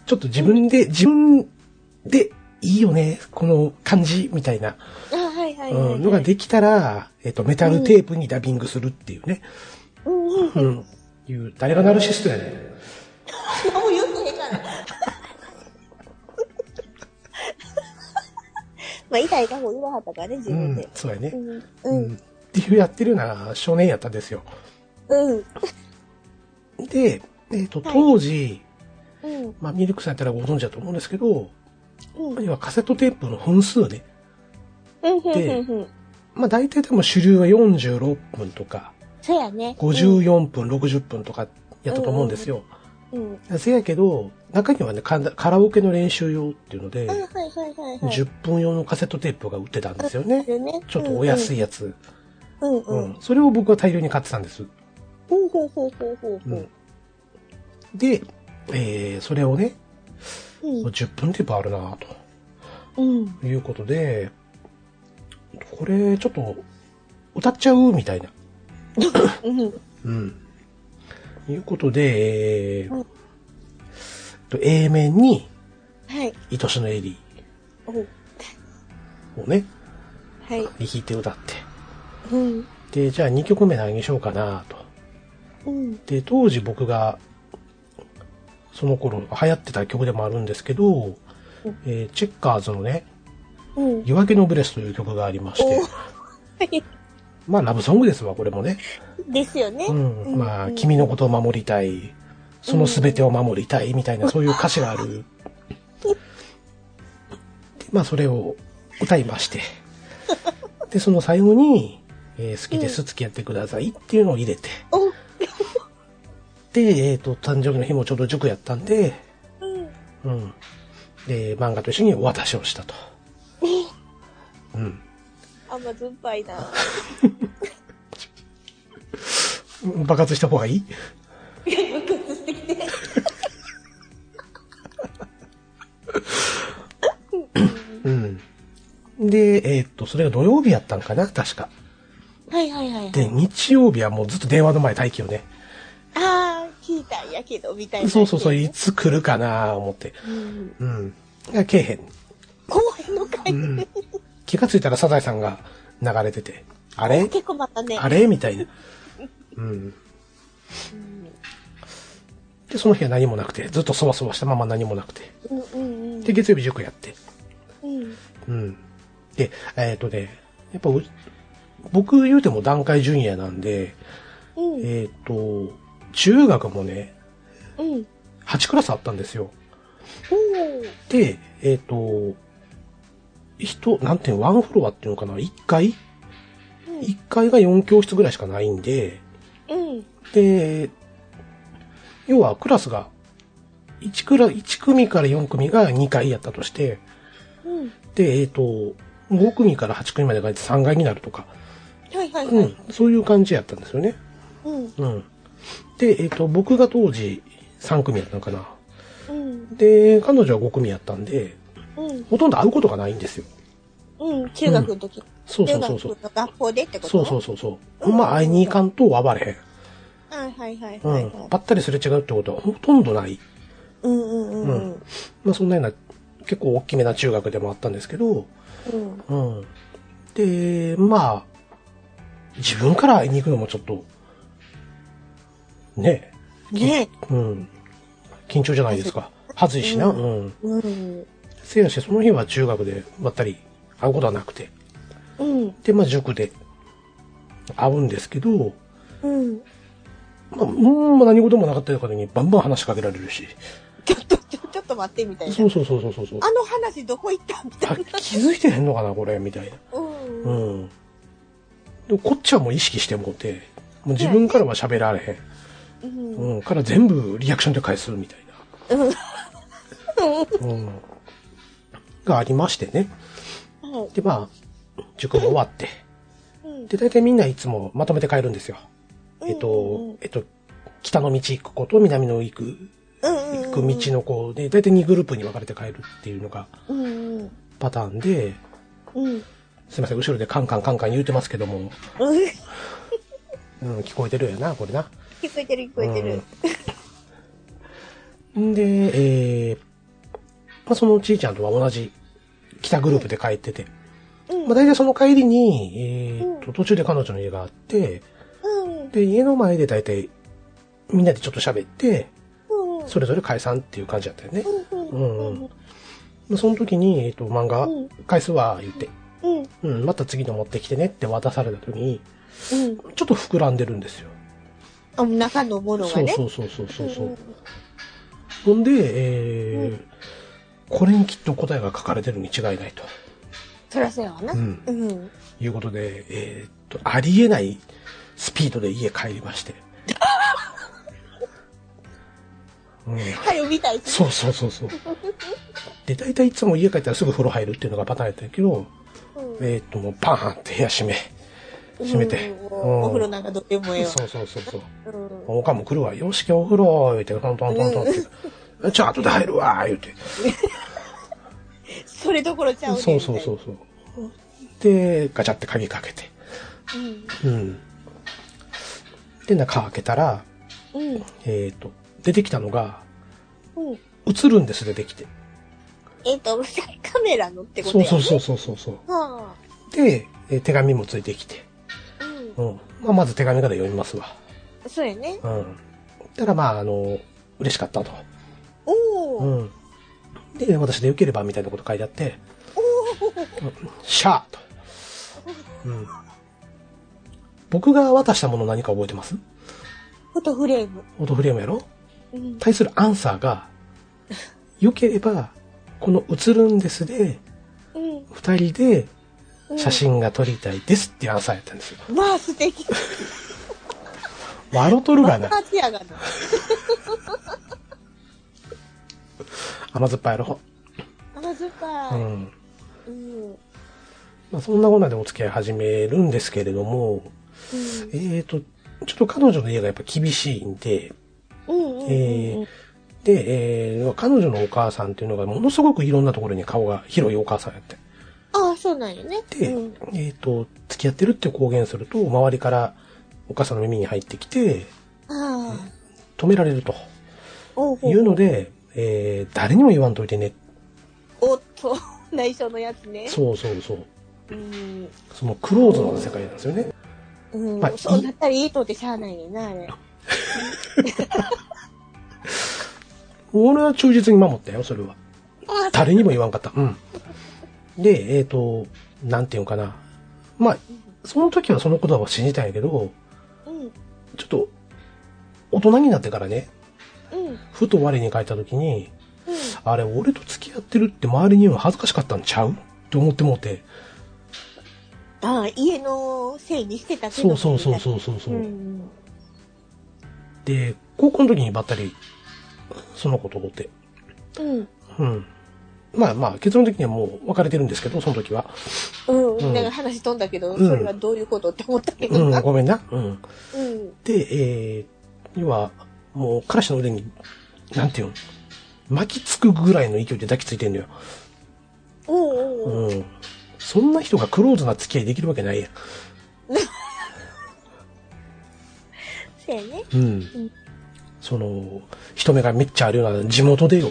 ちょっと自分で、自分でいいよね、この感じみたいな、あはいはいはいうん、のができたら、えっと、メタルテープにダビングするっていうね、うんうんうん、いう、誰がナルシストやねん。何も言ってへんから。まあ、痛い過去言わはったからね、自う分でん、。そうやねう。ん。ううんん。っていうやってるような少年やったんですよ。。うん。で、えっ、と、はい当時、うん。まあ、ミルクさんやったらご存知だと思うんですけど、うん。要はカセットテープの分数ね。うん。うん。まあ、大体でも主流は46分とか、そうやね。 54分、60分とかやったと思うんですよ。うん。せやけど、中にはね、カラカラオケの練習用っていうのであ、、はいはいはいはい。 10分用のカセットテープが売ってたんですよね。ね。ちょっとお安い。いやつ。うんう。うんん。それを僕は大量に買ってたんです。ほうほうほうほうほううほんう。。で、えー、それをね、うん。 10分テープあるなぁと。うん。ということで、これちょっと歌っちゃうみたいな。うん。うん。いうことで、えーうんと A 面にはい。愛しのエリおうーをね、はい。弾いて歌っうん。て。で、じゃあ2曲目何にしようかなと。うん。で、当時僕が、その頃流行ってた曲でもあるんですけど、うんえーチェッカーズのね、うん。夜明けのブレスという曲がありましてお、はい。まあラブソングですわ、これもね。ですよね。うん、まあ、うん君のことを守りたい、その全てを守りたいみたいな、そういう歌詞がある。でまあ、それを歌いまして。で、その最後に、えー好きです、付き合ってくださいっていうのを入れて。おうで、えっ、と、誕生日の日もちょうど塾やったんで、うん。うん。で、漫画と一緒にお渡しをしたと。うん。甘酸っぱいな。爆発した方がいいうん。で、えっ、と、それが土曜日やったんかな確か。はいはいはいはい。で、日曜日はもうずっと電話の前待機をね。ああ、聞いたんやけど、みたいな。そうそうそう、いつ来るかな思って。うん。うん。いやけえへん。後編の回、気がついたらサザエさんが流れてて、あれ結構またね。あれみたいな。うん。で、その日は何もなくて、ずっとそわそわしたまま何もなくて。うんうんうん。で、月曜日塾やって。うん。うん。で、えっ、とね、やっぱう、僕言うても段階ジュニアなんで、うん。えっ、と、中学もね、うん。 8クラスあったんですよ。おで、えっ、と、人、なんていうのワンフロアっていうのかな一階ーうん1階が4教室ぐらいしかないんで、うんで、要はクラスが、1クラ、1組から4組が2階やったとして、うんで、えっ、と、5組から8組までが3階になるとか、はいはいはういん、そういう感じやったんですよね。うんうん。で、えっ、と、僕が当時3組やったのかな。うんで、彼女は5組やったんで、うんほとんど会うことがないんですよ。うん中学の時そうそ中う学そうそうの。学校でってことそうそううそうそう。まあ、会いに行かんとはばれはいはいはいへん。はういん。ばったりすれ違うってことはほとんどない。うんうんうんうんまあ、そんなような、結構大きめな中学でもあったんですけど、うんうん。で、まあ、自分から会いに行くのもちょっと、ねねえ、うん。緊張じゃないですか。恥ずいしな、うんうん。うんせやし、その日は中学でばったり会うことはなくて。うんで、まあ、塾で会うんですけど、うんまあ、うん、まあ、何事もなかったからにバンバン話しかけられるし。ちょっとちょちょっと待ってみたいなそうそうそうそうそうそう。あの話どこ行ったみたあいな気づいてへんのかな、これ、みたいな。うんううんん。でもこっちはもう意識してもうて、もう自分からは喋られうんへん。うん。から全部リアクションで返す、みたいな。うん。がありましてね。はいで、まあ、塾も終わって。うんで、大体みんないつもまとめて帰るんですよ。うえっんうんうとん、えっと、北の道行く子と南の行く、うん行く道の子で、大体2グループに分かれて帰るっていうのがうんうんパターンで、うんすいません、後ろでカンカンカンカン言うてますけども、うんうん、聞こえてるよな、これな。聞こえてる聞こえてるうん。で、えー、まあ、そのちいちゃんとは同じ北グループで帰ってて、うんまあ、大体その帰りに、えー、うと、途中で彼女の家があって、うんで、家の前で大体、みんなでちょっと喋って、うんそれぞれ解散っていう感じだったよね。うんうんうんまあ、その時に、えっ、と、漫画うん返すわ、言って、うんうん、また次の持ってきてねって渡された時に、うんちょっと膨らんでるんですよ。あ中のものがねそうそうそうそうそう。うんほんで、えーうんこれにきっと答えが書かれてるに違いないと。そらそうやわなうんうんいうことで、えーっと、ありえないスピードで家帰りま して。うん、はい見たいしそうそうそうそう。で、大体いつも家帰ったらすぐ風呂入るっていうのがパターンやったんやけど、うんえーっと、もうパーンって部屋閉め。閉めてうんうんお風呂なんかどうでもええわそうそうそうそう。うんおかんも来るわ。よし、今日お風呂、言って、トントントントンって。じゃあ、後で入るわ、言うて。それどころちゃうねんそうそうそうそう。で、ガチャって鍵かけて。うん。で、中開けたら、うんうんえっ、と、出てきたのが、うん映るんです、出てきて。えっとカメラのってことそうやそうそうそうそうそう。はで、えー手紙もついてきて。あうんうん。まあ、まず手紙から読みますわ。そうやねうん。たら、まあ、あの、嬉しかったと。おうおん。で、私でよければ、みたいなこと書いてあって、シャーと。うん。僕が渡したもの何か覚えてますフォトフレームオートフレームやろうん対するアンサーが、良ければ、この映るんですで、うん二人でうん写真が撮りたいですっていうアンサーやったんですよ。まあ素敵笑うとるがな。カチやがな甘酸っぱいやろ。甘酸っうぱん。いうんまあ、そんなこんなでお付き合い始めるんですけれども、うえーと、ちょっと彼女の家がやっぱ厳しいんで、んうんうんうんうんで、えー彼女のお母さんっていうのがものすごくいろんなところに顔が広いお母さんやって。ああそうなんよねで、うんえっ、と、付き合ってるって公言すると、周りからお母さんの耳に入ってきて、ああ止められるとおうほういうので、えー誰にも言わんといてね。おっと、 内緒のやつね。そうそうそう。うん。そのクローズの世界なんですよね。うん。まあそうなったらいいとってしゃあないねんな、あれ。俺は忠実に守ったよ、それは。あ誰にも言わんかった。うん。で、えっ、と、なんていうのかな。まあ、その時はその言葉を信じたんやけど、うん。ちょっと、大人になってからね、うん。うん。ふと我に返った時に、あれ、俺と付き合ってるって周りには恥ずかしかったんちゃうって思ってもうて、ああ、家のせいにしてたけそど。うそうそうう。そうそうそうう、ん。で、高校の時にばったり、その子とおって。うん。うん。まあまあ、結論的にはもう別れてるんですけど、その時は。うん。うんなんか話飛んだけど、うんそれはどういうことって思ったけうどな。ん、ごめんな。うん。うん。で、えー、要は、もう、彼氏の腕に、なんていうの、巻きつくぐらいの勢いで抱きついてんのよ。おうおうおううん。そんな人がクローズな付き合いできるわけないやん。そうやね。うん。その、人目がめっちゃあるような、地元でよ。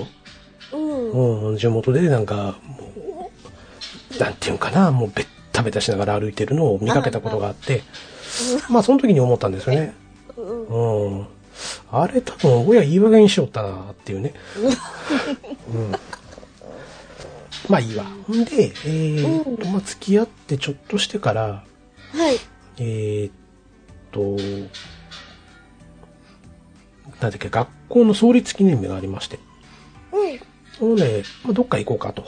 うん。うん、地元でなんか、もう、なんていうんかな、もうべったべたしながら歩いてるのを見かけたことがあって、まあその時に思ったんですよね。うん。うん。あれ多分親言い訳にしよったなっていうね。うん。まあいいわ。んで、えーと、まあ付き合ってちょっとしてから、はい。えーっと、なんだっけ、学校の創立記念日がありまして。うん。そのね、まあ、どっか行こうかと。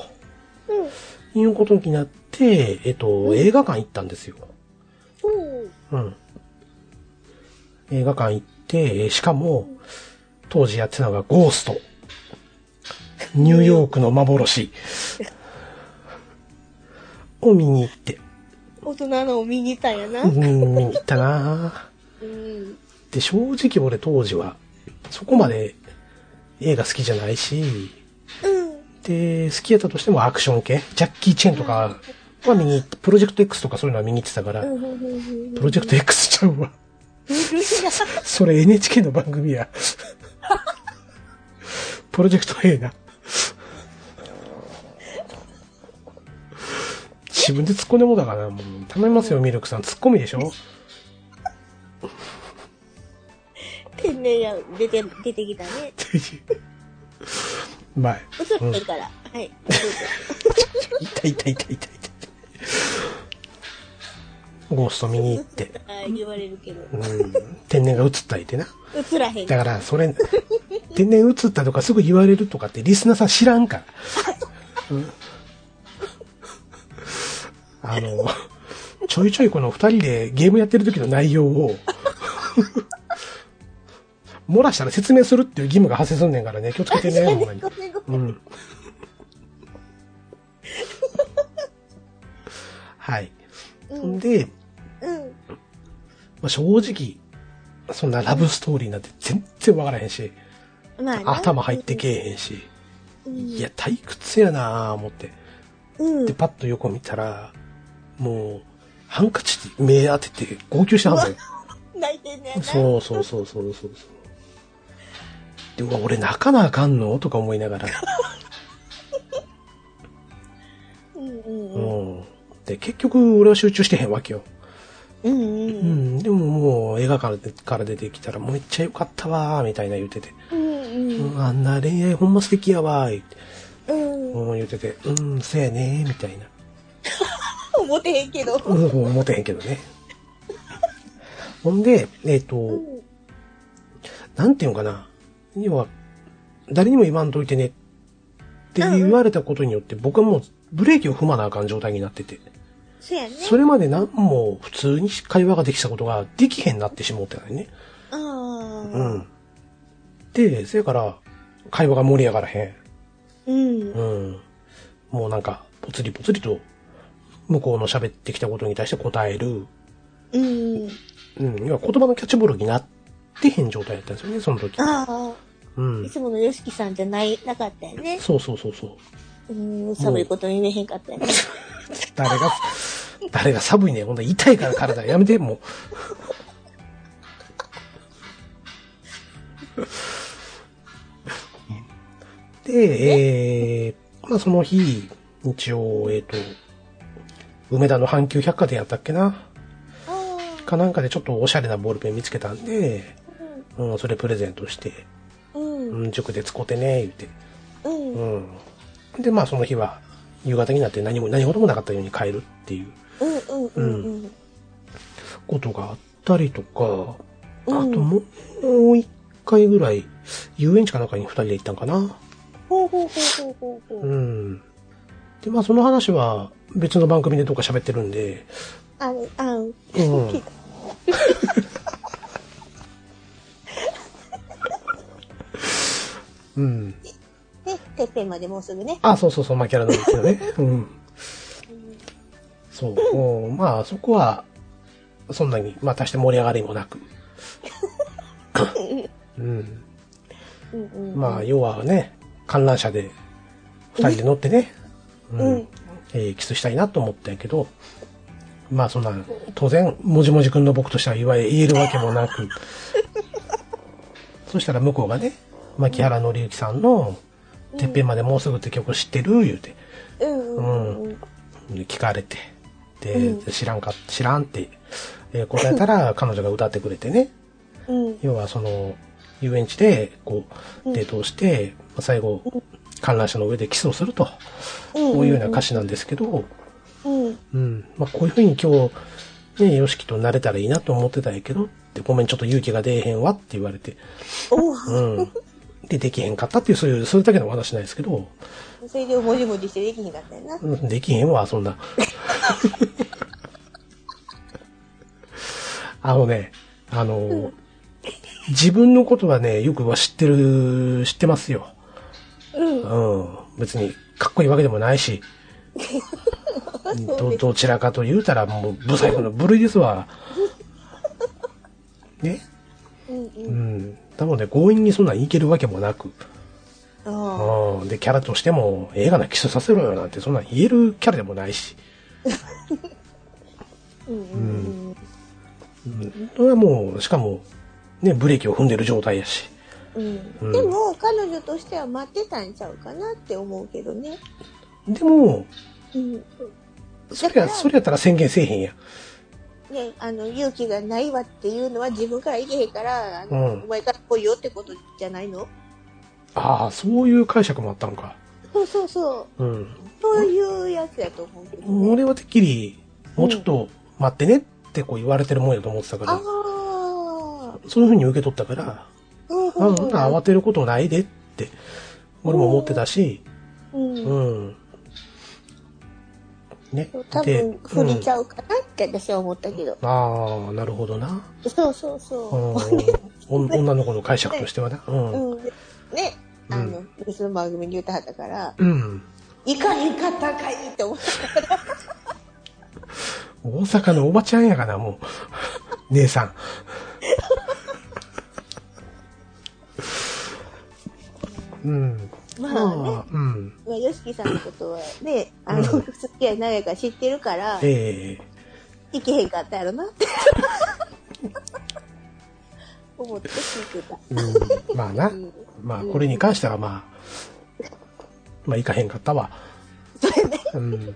うん。いうことになって、えっと、映画館行ったんですよ。うん。うん。映画館行って、えーしかも、当時やってたのがゴースト。ニューヨークの幻。を見に行って、大人のを見に行ったんやな。うん、見に行ったなうぁ。ん。で、正直俺当時は、そこまで映画好きじゃないし、うん。で、好きやったとしてもアクション系、ジャッキー・チェンとかは見に行って、プロジェクト X とかそういうのは見に行ってたからう、んうんうんプロジェクト X ちゃうわ。古いなそれ NHK の番組や。プロジェクト A な。自分で突っ込んでもだからな、もう頼みますよ、ミルクさん。突っ込みでしょ天然や出て、出てきたね。うまい。映ってるから。はい。痛い痛い痛い痛い痛い。ゴースト見に行って、はい、言われるけど。うん、天然が映ったいてな。映らへん。だから、それ、天然映ったとかすぐ言われるとかってリスナーさん知らんから。うんあの、ちょいちょいこの二人でゲームやってる時の内容を、漏らしたら説明するっていう義務が発生すんねんからね、気をつけてね、ほんまに。ごめんごめんうん。はい。うんで、うん。まあ、正直、そんなラブストーリーなんて全然わからへんし、まあな頭入ってけえへんし、うんいや、退屈やなぁ思って。うんで、。パッと横見たら、もう、ハンカチに目当てて号泣してはん のよ。泣いてんねやな。そうそうそうそうそうそう。で、うわ、俺泣かなあかんのとか思いながら。うんうんううん。ん。で、結局俺は集中してへんわけよ。うんううん。ん。でももう映画からでから出てきたら、めっちゃ良かったわー、みたいな言うてて。うんう。うんん、あんな恋愛ほんま素敵やわー、ってうん。うん言うてて、うん、せやねー、みたいな。思てへんけど。うん、思てへんけどね。ほんで、えっ、と、うん。なんていうのかな。要は、誰にも言わんといてねって言われたことによって、僕はもうブレーキを踏まなあかん状態になってて、そやね。それまで何も普通に会話ができたことができへんなってしもうてないね。あうあ。ん。で、せやから、会話が盛り上がらへうんん。。うん。もうなんか、ぽつりぽつりと、向こうの喋ってきたことに対して答える。うん。うん、要は言葉のキャッチボールになってへん状態だったんですよね、その時。ああ。ういん。つものよしきさんじゃない、なかったよね。そうそうそうそう。うん。寒いことに言えへんかったよね。誰が、誰が寒いねん。ほんと痛いから体やめて、もう。 で、えー、まあその日、一応、えっ、と、梅田の阪急百貨店やったっけなあかなんかでちょっとおしゃれなボールペン見つけたんで、あ。うん、それプレゼントして、うん。うん、塾で使ってね、言って。うん。うん。うん。で、まあその日は、夕方になって何も、何事もなかったように帰るっていううん。うん。うん。ことがあったりとか、うんあともう一回ぐらい、遊園地かなんかに二人で行ったんかな。ほうほうほうほうほううほう。ん。で、まあその話は別の番組でどっか喋ってるんで、あん、あん。うん。うん。で、てっぺんまでもうすぐね。あ、そうそうそう、まあキャラなんですよね。うん。そう。もうまあ、そこは、そんなに、まあ、足して盛り上がりもなく。うん。うんうん。まあ、要はね、観覧車で、二人で乗ってね、うんうんえーキスしたいなと思ったけど、まあ、そんな、当然、もじもじくんの僕としては言わ言えるわけもなく、 そしたら向こうがね、牧原紀之さんの、てっぺんまでもうすぐって曲知ってる言うて、うんうんうん。聞かれて、で、知らんか、知らんって、えー答えたら彼女が歌ってくれてね、うん。要はその、遊園地で、こう、デートをして、まあ最後、観覧車の上でキスをすると、うんこういうような歌詞なんですけど、うん。うん、まあこういうふうに今日、ね、ヨシキとなれたらいいなと思ってたんやけど、ってごめん、ちょっと勇気が出えへんわって言われて、おうん。で、できへんかったっていう、そういう、それだけの話なんですけど、お。それでもじもじしてできひんかったよな。うんできへん わ、そんな。あのね、あの、自分のことはね、よくは知ってる、知ってますよ。うん。うん。別に、かっこいいわけでもないし、 どどちらかと言うたら、もう、不細工の部類ですわ。ねうんう。うんん。なので、強引にそんなんいけるわけもなく、ああ。うん。で、キャラとしても、映画なキスさせろよなんて、そんなん言えるキャラでもないし。うんうんうんそれはもう、しかも、ね、ブレーキを踏んでる状態やし。うん。ううんん。でも、彼女としては待ってたんちゃうかなって思うけどね。でも、うん。それだや、からそれやったら宣言せえへんや。ね、あの、勇気がないわっていうのは自分からいけへんから、あうのんお前から来いよってことじゃないのああ、そういう解釈もあったのか。そうそうそう。うん。そういうやつやと思うけどね。俺はてっきり、もうちょっと待ってねってこう言われてるもんやと思ってたかあら、あ。そういうふうに受け取ったから、うんあそんな慌てることないでって、俺も思ってたし、うんううん。ん。ね。多で分、振りちうんゃうかなって私は思ったけど。ああ、なるほどな。そうそううそん。お女の子の解釈としてはな。う。うん。ね、あの、別の番組に言ったはったから、うん。行かへんかったんかいって思ったから。大阪のおばちゃんやがな、もう。 姉さん。うん。まあねあ、うん。まあ、ヨシキさんのことはね、あの、うん付き合い長いから知ってるから、ええ行けへんかったやろなって。思って聞いてた。うんまあな。まあ、これに関してはまあ、まあ、いかへんかったわ。うん。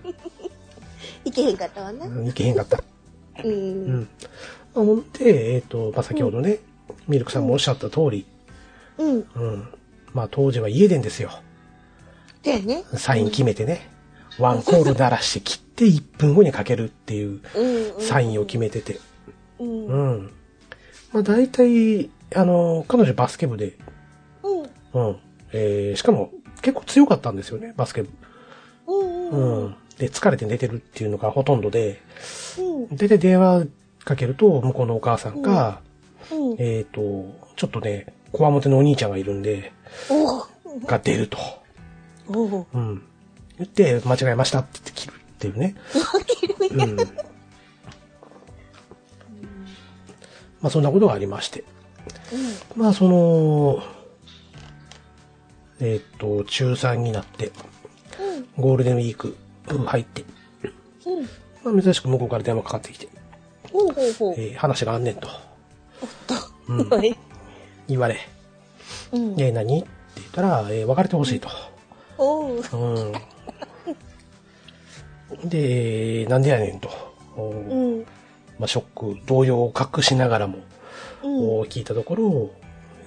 行けへんかったわな。いけへんかった。う。うんん。ほんで、えっ、と、まあ、先ほどね、ミルクさんもおっしゃった通り、うん。うん。まあ、当時は家電ですよ。だよね。サイン決めてね、ワンコール鳴らして切って1分後にかけるっていううん。サインを決めてて。うん。ううん。ん。まあ大体、あの、彼女バスケ部で、うん。うん。えー、しかも結構強かったんですよね、バスケ部。うん。ううん。ん。で、疲れて寝てるっていうのがほとんどで、うん。大体電話かけると、向こうのお母さんが、うん。えっ、と、ちょっとね、こわもてのお兄ちゃんがいるんで、おうが出ると。おううん。言って、間違えましたって言って切るっていうね。うん。まあそんなことがありまして。まあその、えーっと、中3になって、ゴールデンウィークうん入って、うん。うん。まあ珍しく向こうから電話かかってきて、ほうほうほう。えー話があんねんとうんはい言われ、うん。えー何って言ったら、えー別れてほしいと。おう。うん。で、なんでやねんと。おうーん。まあ、ショック、動揺を隠しながらも、うん。を聞いたところ、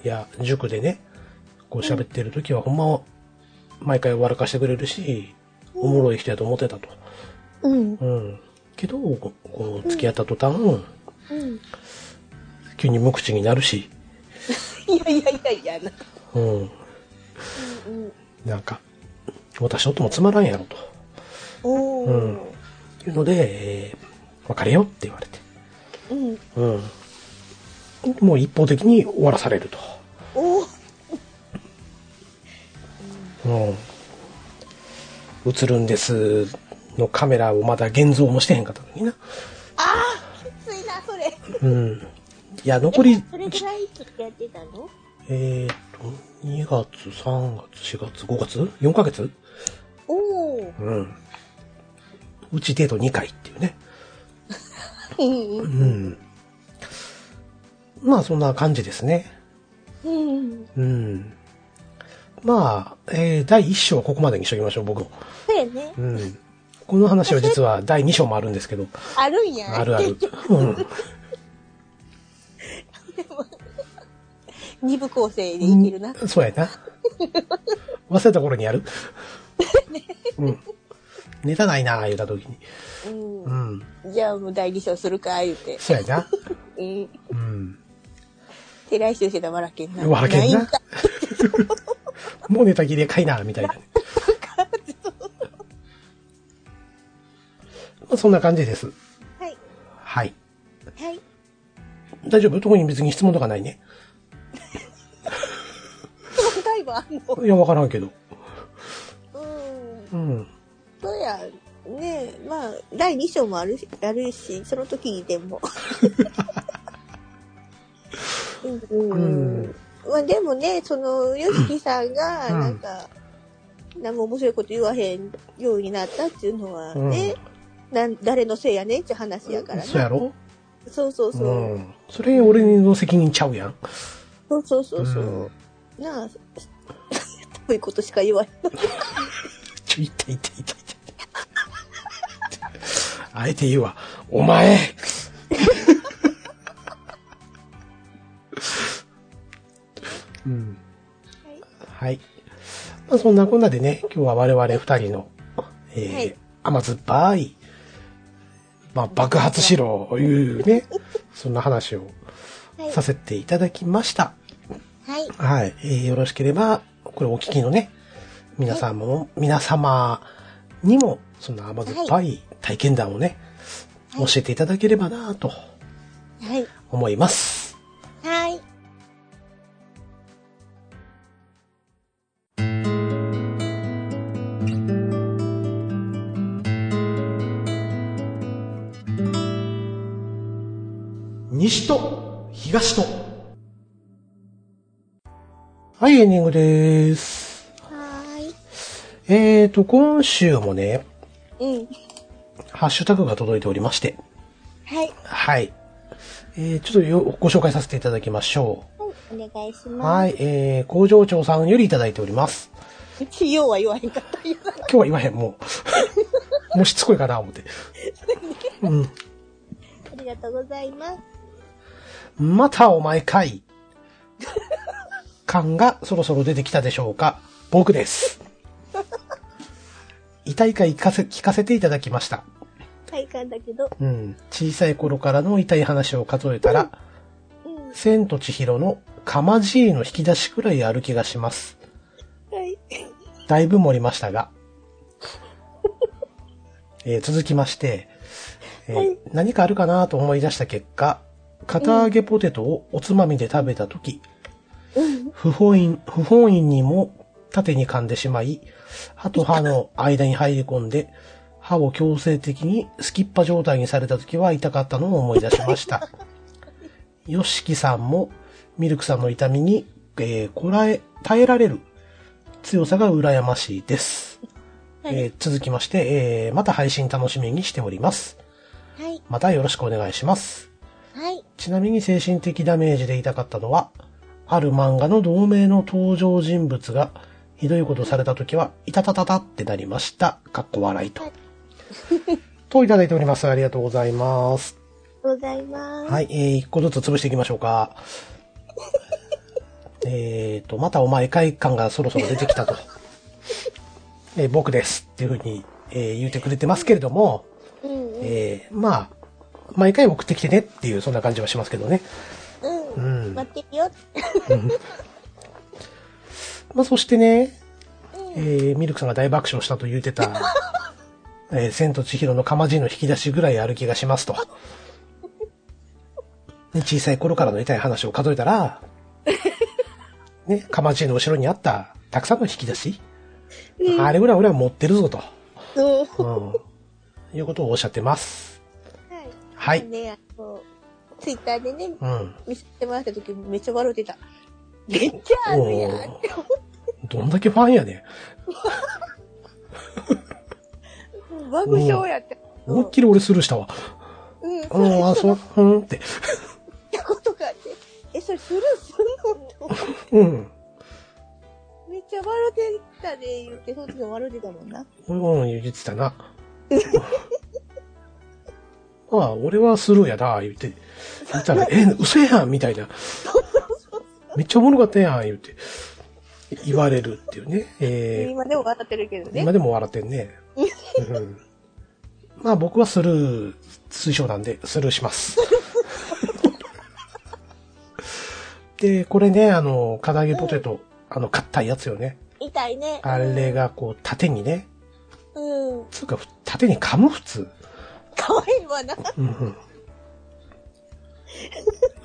いや、塾でね、こう喋ってる時はほんま、毎回笑かしてくれるし、おもろい人やと思ってたと。うん。うん。けど、ここう、付き合った途端、うん。急に無口になるし、いやいやいやいやな。うん。うん。なんか、私のともつまらんやろと。おう。いうので、えー別れようって言われて。うん。うん。もう一方的に終わらされると。おお。うん。映るんですのカメラをまだ現像もしてへんかったのにな。ああきついな、それ。うん。いや、残り、それぐらいずっとやってたのえーと、2月、3月、4月、5月 ?4 ヶ月おお。うん。うちデート2回っていうね。うんう。ん。まあ、そんな感じですね。うん。うん。まあ、えー第1章はここまでにしときましょう、僕も。そうやねう。ん。この話は実は第2章もあるんですけど、あるんや。あるある。うん。二部構成でいけるな。そうやな。忘れた頃 にやる。うん。ネタないなあ言うた時に。ううん。ん。じゃあもう第二章するか、言うて。そうやな。うん。うん。手来週してたら笑けんな。笑けんいなんか。。もうネタ切れかいな、み たいなね。まあそんな感じです。はい。はい。はい。 大丈夫特に別に質問とかないね。その回はあんのいや、わからんけど。うん。うん。そうや。ねえ、まあ、第二章もあるし、あるし、その時にでも。うん。うんまあでもね、その、ヨシキさんが、うんなんか、何も面白いこと言わへんようになったっていうのはね、なん誰のせいやねんって話やからね。そうやろそうそうそうう。ん。それ俺の責任ちゃうやん。そうそうそうそう。うんなあ、 そういうことしか言わへん。ちょ、いたいたいたいた。あえて言うわ。お前うん。はい。まあ、そんなこんなでね、今日は我々二人の、えーはい甘酸っぱい、まあ、爆発しろ、いうね、そんな話をはいさせていただきました。はい。はい、えーよろしければ、これお聞きのね、皆さんも、皆様にも、そんな甘酸っぱい体験談をね、はい教えていただければなぁとはい。思います。はい。西と東と。はい、エンディングです。はえーと、今週もね、ーい。うん。ハッシュタグが届いておりまして、はい。はい。えー、ちょっとよご紹介させていただきましょはい、お願いしう。ます。はい、えー、工場長さんよりいただいております。うちようは言わへんかったよ。今日は言わへん、もう。も うしつこいかな、思って。うん。ありがとうございます。またお前かい。感がそろそろ出てきたでしょうか。僕です。痛いか聞かせ、聞かせていただきました。体感だけど。うん。小さい頃からの痛い話を数えたら、うん。千と千尋のかまじいの引き出しくらいある気がします。はい。だいぶ盛りまし たが。えー続きまして、えーはい何かあるかなと思い出した結果、片揚げポテトをおつまみで食べたとき、うん。不本意、不本意にも縦に噛んでしまい、歯と歯の間に入り込んで、歯を強制的にスキッパ状態にされた時は痛かったのを思い出し ました。ヨシキさんもミルクさんの痛みに、えーこらえ、耐えられる強さが羨ましいです。はいえー続きまして、えーまた配信楽しみにしております。はい。またよろしくお願いします。はい。ちなみに精神的ダメージで痛かったのは、ある漫画の同名の登場人物が、ひどいことされた時は、いたたたたってなりました。かっこ笑いと。といただいております。ありがとうございます。ございます。はい、えー、一個ずつ潰していきましょうか。 えーと、またお前快感がそろそろ出てきたと。えー僕ですっていうふうに、えー言ってくれてますけれども、うんうん。えーまあ、毎回送ってきてねっていう、そんな感じはしますけどね。うん。うん待ってるよ。まあ、そしてね、うん えーミルクさんが大爆笑したと言うてた、ええー千と千尋のかまじの引き出しぐらいある気がしますと。ね小さい頃からの痛い話を数えたら、ね、かまじの後ろにあった、たくさんの引き出し、あれぐらい俺は持ってるぞと、そう。はうん、いうことをおっしゃってます。い。はい。ね、あの、ツイッターでね、うん。見せてもらった時めっちゃ笑ってた。めっちゃあるやんお。ーどんだけファンやねん。爆笑やって。思いっきり俺スルーしたわ。うん、あの、あ、そう、うんって。たことがあって、え、それスルーすんのって思ってうん。めっちゃ笑ってたで、言って、その時も笑ってたもんな。うん、言ってたな。 まあ、俺はスルーやな、言って。言ったら、え、嘘やんみたいな。めっちゃおもろかったやん、言って。言われるっていうね。え今でも笑ってるけどー、ね今。でも笑ってんね。うん、まあ、僕はスルー推奨なんで、スルーします。で、これね、あの、唐揚げポテト、あの、硬いやつよね。痛いね。あれ。がこう、縦にね、うん。つうか、縦に噛む普通。かわいいわな。うん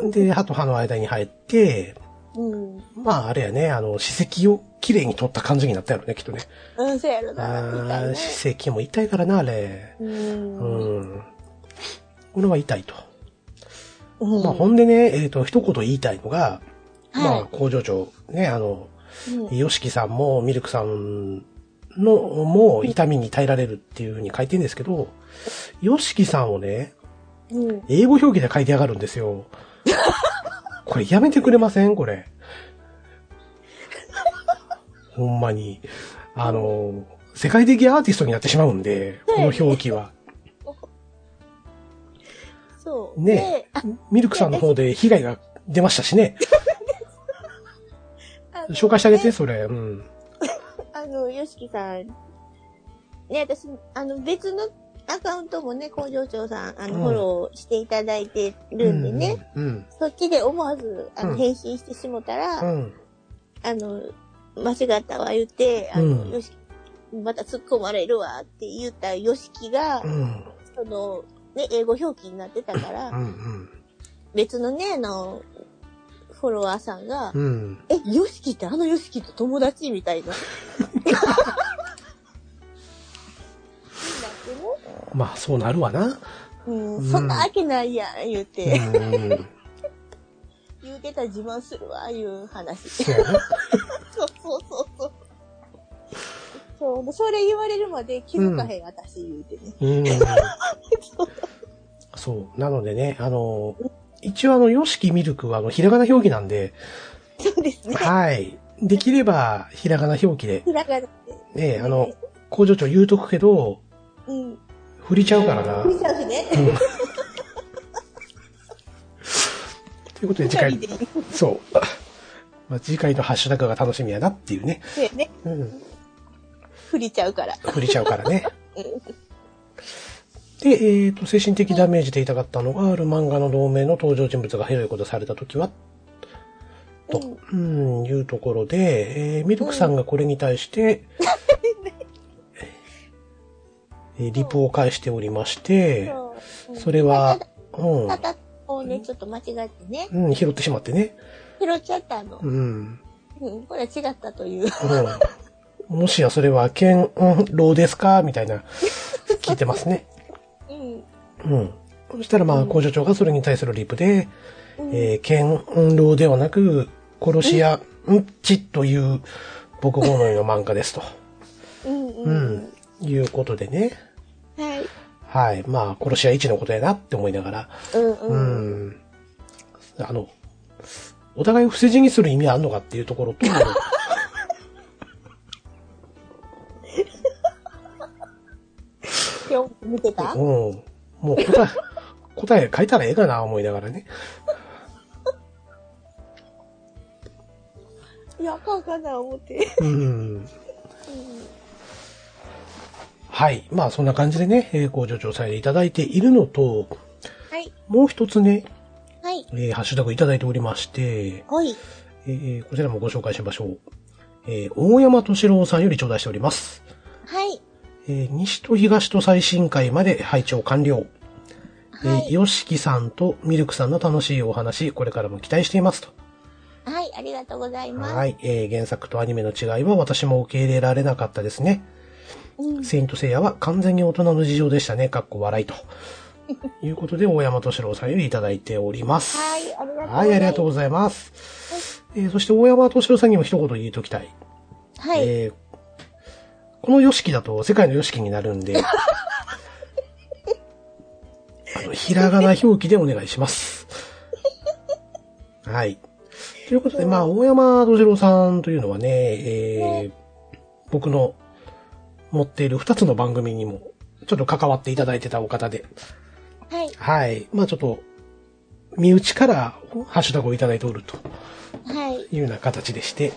うん。で、歯と歯の間に入って、うん。まああれやね、あの、歯石をきれいに取った感じになったやろね、きっとね。うん、そうやろな。痛いああ、ね。歯石も痛いからな、あれ。うん。うん。これは痛いと。うんまあほんでね、えっ、と、一言言いたいのが、まはあ工場長、ね、あの、い。うんヨシキさんもミルクさんの、もう痛みに耐えられるっていうふうに書いてんですけど、ヨシキさんをね、うん。英語表記で書いてやがるんですよ。これやめてくれませんこれ。ほんまに。あの、世界的アーティストになってしまうんで、この表記は。そう。ねであミルクさんの方で被害が出ましたしね。あの紹介してあげて、それ。うん。あの、よしきさん。ね、私、あの、別のアカウントもね、工場長さん、あの、うんフォローしていただいてるんでね、うん。そっちで思わず、あうんの、返信してしもたら、うん。あの、間違ったわ言って、あの、うんよし、また突っ込まれるわって言ったよしきが、うん。うん。その、ね、英語表記になってたから、うん。別のね、あの、フォロワーさんが、うん。え、ヨシキってあのヨシキと友達みた いな。まあ、そうなるわな。う、うんんそんなわけないやん、言ううて。ん。言うてたら自慢するわ、いう話。そうやな。そうそうそうそう。そう、でそれ言われるまで気づかへん、私、言うてね。うん。そう。なのでね、あの、一応あの、ヨシキミルクはあの、ひらがな表記なんで、そうですね。はい。できれば、ひらがな表記で、ひらがなって。ね、あの、工場長言うとくけど、うん。振りちゃうからな。とい見ちゃうしね。うこと二で次人回で、言っそう。まあ、次回のハッシュタグが楽しみやなっていうね。てね。うん。振りちゃうから。振りちゃうからね。うんで、えっ、と、精神的ダメージで痛かったのが、ある漫画の同盟の登場人物がひどいことされたときは、と、うん、いうところで、えーミルクさんがこれに対して、えーリプを返しておりまして、そうそれは、たうだ、をね、ちょっと間違ってね、ん、うん、拾ってしまってね。拾っちゃったのう。ん。うん、これは違ったという。うん、もしやそれは、けん、うん、ろうですかみたいな、聞いてますね。うん。うん。そしたら、まあ、工場長がそれに対するリプで、うんえー、剣狼ではなく、殺し屋、うんちという、僕好みの漫画ですと。うんうんううんん。いうことでね。はい。はい。まあ、殺し屋一のことやなって思いながら。うんううん。ん。あの、お互いを伏せ字にする意味あんのかっていうとこ ろと、今日見てたうん。もう答え、答え書いたらええかな思いながらね。いや、あかんかな、思って。 うん。はい。まあ、そんな感じでね、えー工場長さんでいただいているのと、はい。もう一つね、はい。えーハッシュタグいただいておりまして、はい。えーこちらもご紹介しましょう。えー大山敏郎さんより頂戴しております。はい。ええー西と東と最新回まで拝聴完了。はえー、い。よしきさんとミルクさんの楽しいお話、これからも期待していますと。はい、ありがとうございます。はい、えー原作とアニメの違いは私も受け入れられなかったですね。うんセイントセイヤは完全に大人の事情でしたね。かっこ笑いと。 いうことで、大山敏郎さんよりいただいております。はいありがとうございますはいありがとうございます。えーそして大山敏郎さんにも一言言いときたい。はい。えーこのヨシキだと世界のヨシキになるん で、あの、ひらがな表記でお願いし ます。はい。ということで、まあ、大山土次郎さんというのはね、えー僕の持っている二つの番組にも、ちょっと関わっていただいてたお方で、はい。はい。まあ、ちょっと、身内からハッシュタグをいただいておるとはい。いうような形でして、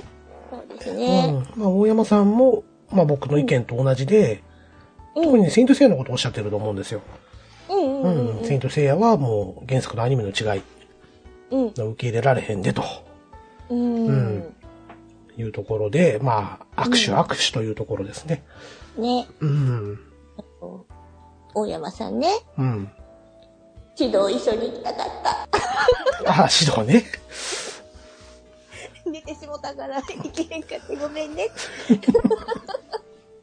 そうですね。うんまあ、大山さんも、まあ、僕の意見と同じで、うん。う特んにねセイントセイヤのことをおっしゃってると思うんですよ。うんううんん。セイントセイヤはもう原作のアニメの違い、うん。受け入れられへんでとうん。うんいうところで、まあ、握手うん握手というところですね。ね。うん。大山さんね。うん。指導一緒に行きたかった。あ、指導ね。寝てしもたから、 行けへんかってごめ んね。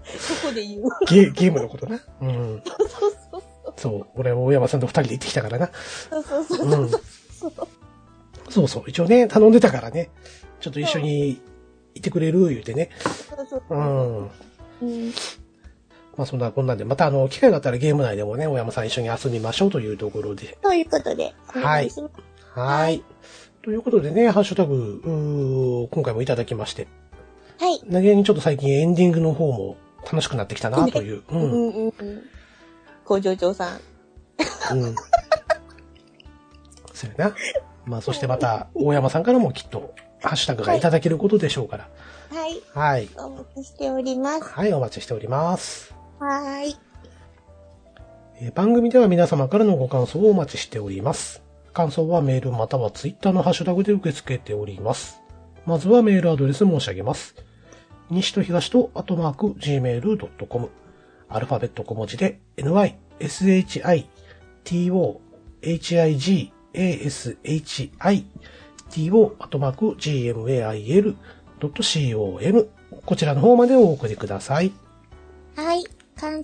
そこで言う。ゲゲームのことな。うん。そうそうそう。俺は大山さんと二人で行ってきたからな。そう。そうそうそう。うん。そうそう。一応ね、頼んでたからね。ちょっと一緒に行ってくれる言うてね。そうそううそん。う。うん。まあそんなこんなんで、またあの、機会があったらゲーム内でもね、大山さん一緒に遊びましょうというところで。ということで、お願しますはい。ということでね、ハッシュタグ、うー今回もいただきまして、はい。何気にちょっと最近エンディングの方も楽しくなってきたなという。う。うんうんんうんうん。工場長さん。そうやな。まあそしてまた、大山さんからもきっと、ハッシュタグがいただけることでしょうから。はい。はい。お待ちしております。はい、お待ちしております。はーい。えー番組では皆様からのご感想をお待ちしております。感想はメールまたはツイッターのハッシュタグで受け付けております。まずはメールアドレス申し上げます。西と東と後マーク gmail.com アルファベット小文字で ny, shi, to, hig, ashi, to, 後マーク gmail.com こちらの方までお送りください。はい。簡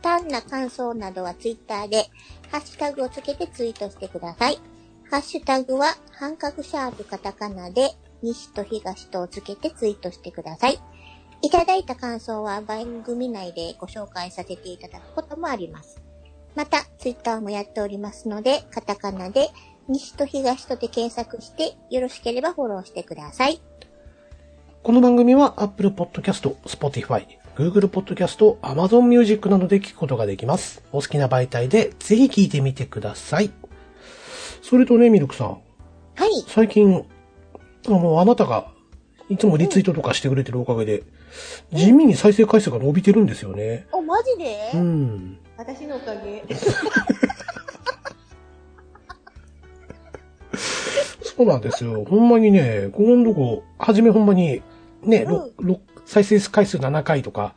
単な感想などはツイッターで、ハッシュタグをつけてツイートしてください。ハッシュタグは、半角シャープカタカナで、西と東とをつけてツイートしてください。いただいた感想は番組内でご紹介させていただくこともあります。また、ツイッターもやっておりますので、カタカナで、西と東とで検索して、よろしければフォローしてください。この番組は Apple Podcast、Spotify、Google Podcast、Amazon Music などで聞くことができます。お好きな媒体でぜひ聞いてみてください。それとね、ミルクさん、はい。最近、あの、あなたがいつもリツイートとかしてくれてるおかげで、地味に再生回数が伸びてるんですよね。お、マジでうん。私のおかげ。そうなんですよ。ほんまにね、ここのとこ、はじめほんまに、ね、ろろ再生回数7回とか、は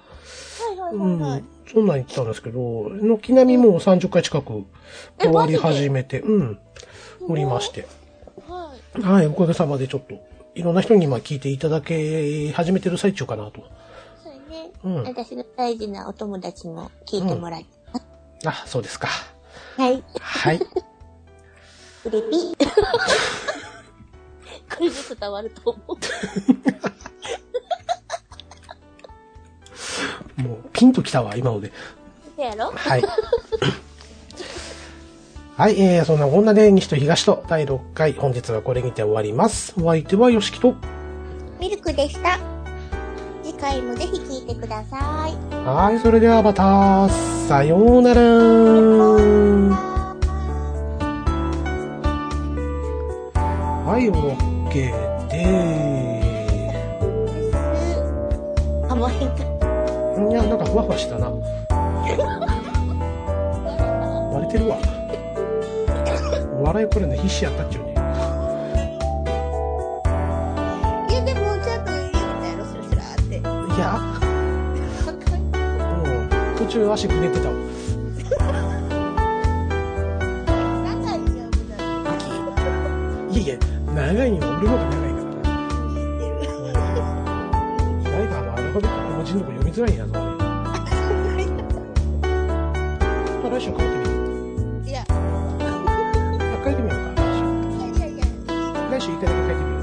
いはいはういはい。ん、そんなん言ってたんですけど、軒並みもう30回近くえ回り始めて、うん、おりまして。はい。はい、おかげさまでちょっと、いろんな人に今聞いていただけ始めてる最中かなと。そうね。うん私の大事なお友達も聞いてもらって。あ、そうですか。はい。はい。うれぴ。 これで伝わると思う。もう、ピンときたわ、今ので。そやろはい。 はい、えー、そんなこんなで、西と東と第6回、本日はこれにて終わります。お相手は、よしきと。ミルクでした。次回もぜひ聞いてください。はい、それではまた、さようなら。はい、OK であ、もう変か。ー。いや、なんかふわふわしてたな。割れてるわ。笑いこれね、必死やったっちゅうね。いや、で も、ちょっと言うたやろ、スラスラって。いや、もう、途中足くねってたわ長いよ、無駄に。いやいや長いんは俺の方が長いからな知ってる。意外とあのアルファベットの文字のとこ読みづらいんやぞ俺まあ来週変えてみよういや、あ変えてみようか来い週やいやいや。来週一回だけ変えてみよう